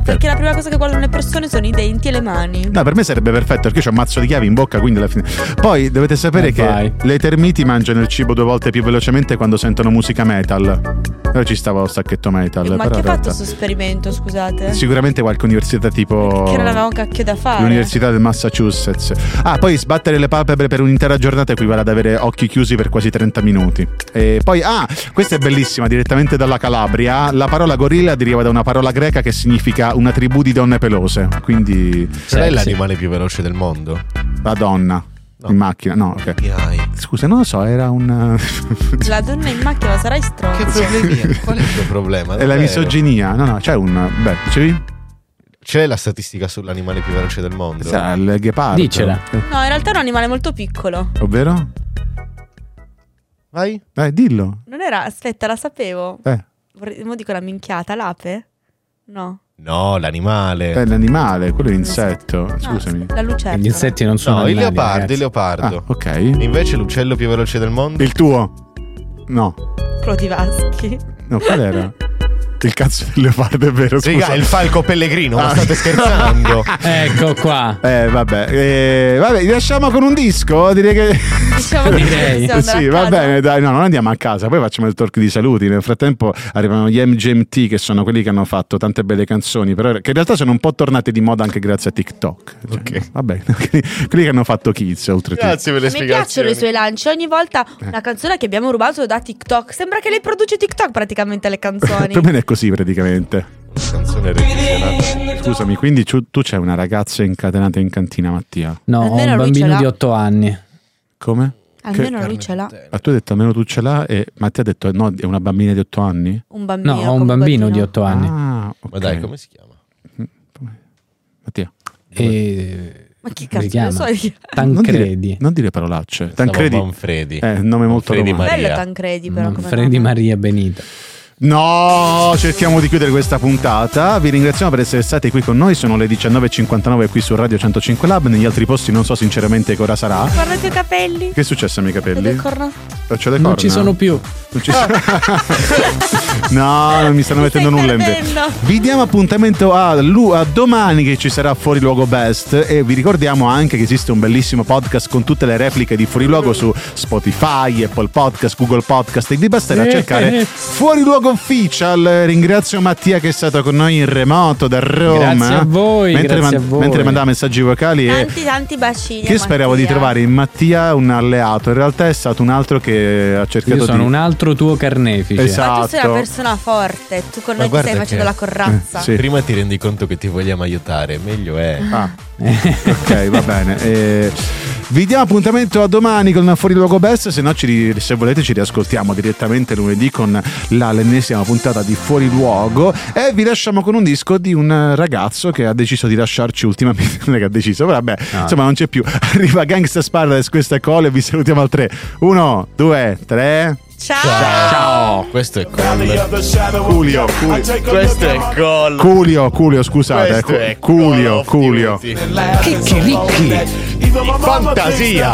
[SPEAKER 4] Ah,
[SPEAKER 5] perché
[SPEAKER 4] per-
[SPEAKER 5] la prima cosa che guardano le persone sono i denti e le mani.
[SPEAKER 4] No, per me sarebbe perfetto perché io ho un mazzo di chiavi in bocca, quindi alla fine. Poi dovete sapere
[SPEAKER 7] Eh,
[SPEAKER 4] che
[SPEAKER 7] vai.
[SPEAKER 4] le termiti mangiano il cibo due volte più velocemente quando sentono musica metal. Allora ci stava lo sacchetto metal.
[SPEAKER 5] Eh,
[SPEAKER 4] però
[SPEAKER 5] Ma che ha
[SPEAKER 4] in
[SPEAKER 5] fatto
[SPEAKER 4] realtà-
[SPEAKER 5] questo esperimento, scusate?
[SPEAKER 4] Sicuramente qualche università tipo.
[SPEAKER 5] Che non avevamo un cacchio da fare.
[SPEAKER 4] L'università del Massachusetts. Ah, poi sbattere le palpebre per un'intera giornata equivale ad avere occhi chiusi per quasi 30 minuti. E poi, ah, questa è bellissima, direttamente dalla Calabria. La parola gorilla deriva da una parola greca che significa una tribù di donne pelose. Quindi,
[SPEAKER 2] Ce l'hai
[SPEAKER 7] cioè, Sì,
[SPEAKER 2] l'animale più veloce del mondo?
[SPEAKER 4] la donna
[SPEAKER 2] No.
[SPEAKER 4] in macchina. No, ok.
[SPEAKER 2] Che hai?
[SPEAKER 4] Scusa, non lo so, era un.
[SPEAKER 5] *laughs* La donna in macchina sarai
[SPEAKER 2] Che
[SPEAKER 4] *laughs*
[SPEAKER 5] stronzo.
[SPEAKER 2] problemi hai? Qual è il tuo problema?
[SPEAKER 4] è la
[SPEAKER 2] Davvero?
[SPEAKER 4] misoginia. No, no, c'è un. Beh, dicevi?
[SPEAKER 2] C'è la statistica sull'animale più veloce del mondo?
[SPEAKER 4] C'è il ghepardo.
[SPEAKER 7] Dicela.
[SPEAKER 4] Eh,
[SPEAKER 5] No, in realtà è un animale molto piccolo.
[SPEAKER 4] Ovvero?
[SPEAKER 2] Vai?
[SPEAKER 4] Dai, dillo.
[SPEAKER 5] Non era. Aspetta, la sapevo.
[SPEAKER 4] Eh,
[SPEAKER 5] Vorrei... Mo dico la minchiata, l'ape? No.
[SPEAKER 2] No, l'animale.
[SPEAKER 4] è l'animale, quello è l'insetto.
[SPEAKER 5] No,
[SPEAKER 4] Scusami.
[SPEAKER 5] Ah, La lucertola.
[SPEAKER 7] Gli insetti non sono
[SPEAKER 2] no, il
[SPEAKER 7] animali,
[SPEAKER 2] leopardo,
[SPEAKER 7] ragazzi.
[SPEAKER 2] il leopardo.
[SPEAKER 4] Ah, ok.
[SPEAKER 2] Invece l'uccello più veloce del mondo?
[SPEAKER 4] Il tuo? No,
[SPEAKER 5] Protivaschi.
[SPEAKER 4] no, qual era? Il cazzo del leopardo è vero.
[SPEAKER 2] Raga,
[SPEAKER 4] scusa.
[SPEAKER 2] il falco pellegrino, ma
[SPEAKER 4] Ah.
[SPEAKER 2] state *laughs* scherzando?
[SPEAKER 7] Ecco qua.
[SPEAKER 4] Eh, vabbè, eh, vabbè, li lasciamo con un disco. Direi
[SPEAKER 5] *laughs*
[SPEAKER 4] che.
[SPEAKER 5] *laughs* Diciamo che
[SPEAKER 7] Direi.
[SPEAKER 5] possiamo andare
[SPEAKER 4] sì,
[SPEAKER 5] a
[SPEAKER 4] va
[SPEAKER 5] casa.
[SPEAKER 4] bene, dai, no, non andiamo a casa, poi facciamo il talk di saluti. Nel frattempo arrivano gli MGMT, che sono quelli che hanno fatto tante belle canzoni, però che in realtà sono un po' tornate di moda anche grazie a TikTok. Cioè,
[SPEAKER 2] Ok.
[SPEAKER 4] Vabbè, *laughs* quelli, quelli che hanno fatto Kids, oltretutto.
[SPEAKER 2] Grazie per le
[SPEAKER 5] Mi
[SPEAKER 2] spiegazioni.
[SPEAKER 5] piacciono i suoi lanci. Ogni volta una canzone che abbiamo
[SPEAKER 4] *laughs*
[SPEAKER 5] rubato da TikTok. Sembra che lei produce TikTok praticamente le canzoni.
[SPEAKER 4] Per me è così praticamente.
[SPEAKER 2] Canzone genere di serata.
[SPEAKER 4] Scusami, quindi tu, tu c'hai una ragazza incatenata in cantina, Mattia?
[SPEAKER 7] No, ho
[SPEAKER 5] Almeno
[SPEAKER 7] un
[SPEAKER 5] lui ce
[SPEAKER 7] bambino
[SPEAKER 5] l'ha.
[SPEAKER 7] di 8 anni.
[SPEAKER 4] Come?
[SPEAKER 5] Almeno lui ce l'ha.
[SPEAKER 4] Ah, tu hai detto almeno tu ce l'ha e Mattia ha detto no, è una bambina di 8 anni?
[SPEAKER 5] Un
[SPEAKER 7] No,
[SPEAKER 5] bambino.
[SPEAKER 7] ho un bambino di 8 anni.
[SPEAKER 4] Ah, ok.
[SPEAKER 2] Ma dai, come si chiama?
[SPEAKER 4] Mattia,
[SPEAKER 7] E...
[SPEAKER 5] Ma chi
[SPEAKER 7] come si
[SPEAKER 5] cazzo ne so
[SPEAKER 7] chiama?
[SPEAKER 5] io?
[SPEAKER 4] non dire,
[SPEAKER 7] Tancredi.
[SPEAKER 4] non dire parolacce.
[SPEAKER 2] Stavo
[SPEAKER 4] Tancredi.
[SPEAKER 2] Manfredi.
[SPEAKER 4] Eh, nome molto
[SPEAKER 2] Manfredi
[SPEAKER 4] romano.
[SPEAKER 2] Maria.
[SPEAKER 5] Bello Tancredi però come
[SPEAKER 7] Mm, Freddy
[SPEAKER 5] nome.
[SPEAKER 7] Maria Benito.
[SPEAKER 4] No, cerchiamo di chiudere questa puntata. Vi ringraziamo per essere stati qui con noi. Sono le 19.59 qui su Radio 105 Lab. Negli altri posti non so sinceramente che ora sarà.
[SPEAKER 5] Guarda i tuoi capelli.
[SPEAKER 4] Che è successo ai miei
[SPEAKER 5] Vedo
[SPEAKER 4] capelli?
[SPEAKER 5] il corno.
[SPEAKER 4] Non c'ho le
[SPEAKER 7] Non
[SPEAKER 4] corna?
[SPEAKER 7] ci sono più.
[SPEAKER 4] Non ci sono- *laughs* no, non mi stanno
[SPEAKER 5] Mi
[SPEAKER 4] mettendo
[SPEAKER 5] stai
[SPEAKER 4] nulla in ve-
[SPEAKER 5] perdendo.
[SPEAKER 4] Vi diamo appuntamento a, lu- a domani che ci sarà Fuori Luogo Best e vi ricordiamo anche che esiste un bellissimo podcast con tutte le repliche di Fuori Luogo su Spotify, Apple Podcast, Google Podcast e vi basterà
[SPEAKER 7] Eh,
[SPEAKER 4] cercare
[SPEAKER 7] eh.
[SPEAKER 4] Fuori Luogo Official. Ringrazio Mattia che è stato con noi in remoto da Roma.
[SPEAKER 7] Grazie a voi,
[SPEAKER 4] Mentre,
[SPEAKER 7] grazie a voi.
[SPEAKER 4] mentre mandava messaggi vocali e
[SPEAKER 5] Tanti tanti bacini.
[SPEAKER 4] che
[SPEAKER 5] a
[SPEAKER 4] speravo di
[SPEAKER 5] Mattia.
[SPEAKER 4] trovare in Mattia un alleato, in realtà è stato un altro che ha cercato
[SPEAKER 7] Io
[SPEAKER 4] di...
[SPEAKER 7] sono un altro tuo carnefice.
[SPEAKER 4] Esatto.
[SPEAKER 5] Ma tu sei una persona forte, tu con
[SPEAKER 2] Ma
[SPEAKER 5] noi ti stai
[SPEAKER 2] guarda
[SPEAKER 5] facendo
[SPEAKER 2] che-
[SPEAKER 5] la corrazza.
[SPEAKER 4] Eh, sì.
[SPEAKER 2] Prima ti rendi conto che ti vogliamo aiutare, meglio è.
[SPEAKER 4] Ah, *laughs* ok, va bene. Eh, vi diamo appuntamento a domani con Fuori Luogo Best. Se no, ci ri- se volete, ci riascoltiamo direttamente lunedì con la l'ennesima puntata di Fuori Luogo. E vi lasciamo con un disco di un ragazzo che ha deciso di lasciarci ultimamente. *laughs* Non è che ha deciso, però vabbè,
[SPEAKER 7] No.
[SPEAKER 4] insomma, non c'è più. *laughs* Arriva Gangsta's Paradise, questa colla. E vi salutiamo al 3. 1, 2, 3.
[SPEAKER 2] Ciao! Questo è Col.
[SPEAKER 4] Julio,
[SPEAKER 2] Questo è Col.
[SPEAKER 4] Culio, Culio, scusate.
[SPEAKER 2] Questo è
[SPEAKER 4] Culio,
[SPEAKER 2] Call of
[SPEAKER 4] Culio.
[SPEAKER 2] Duty.
[SPEAKER 6] Fantasia.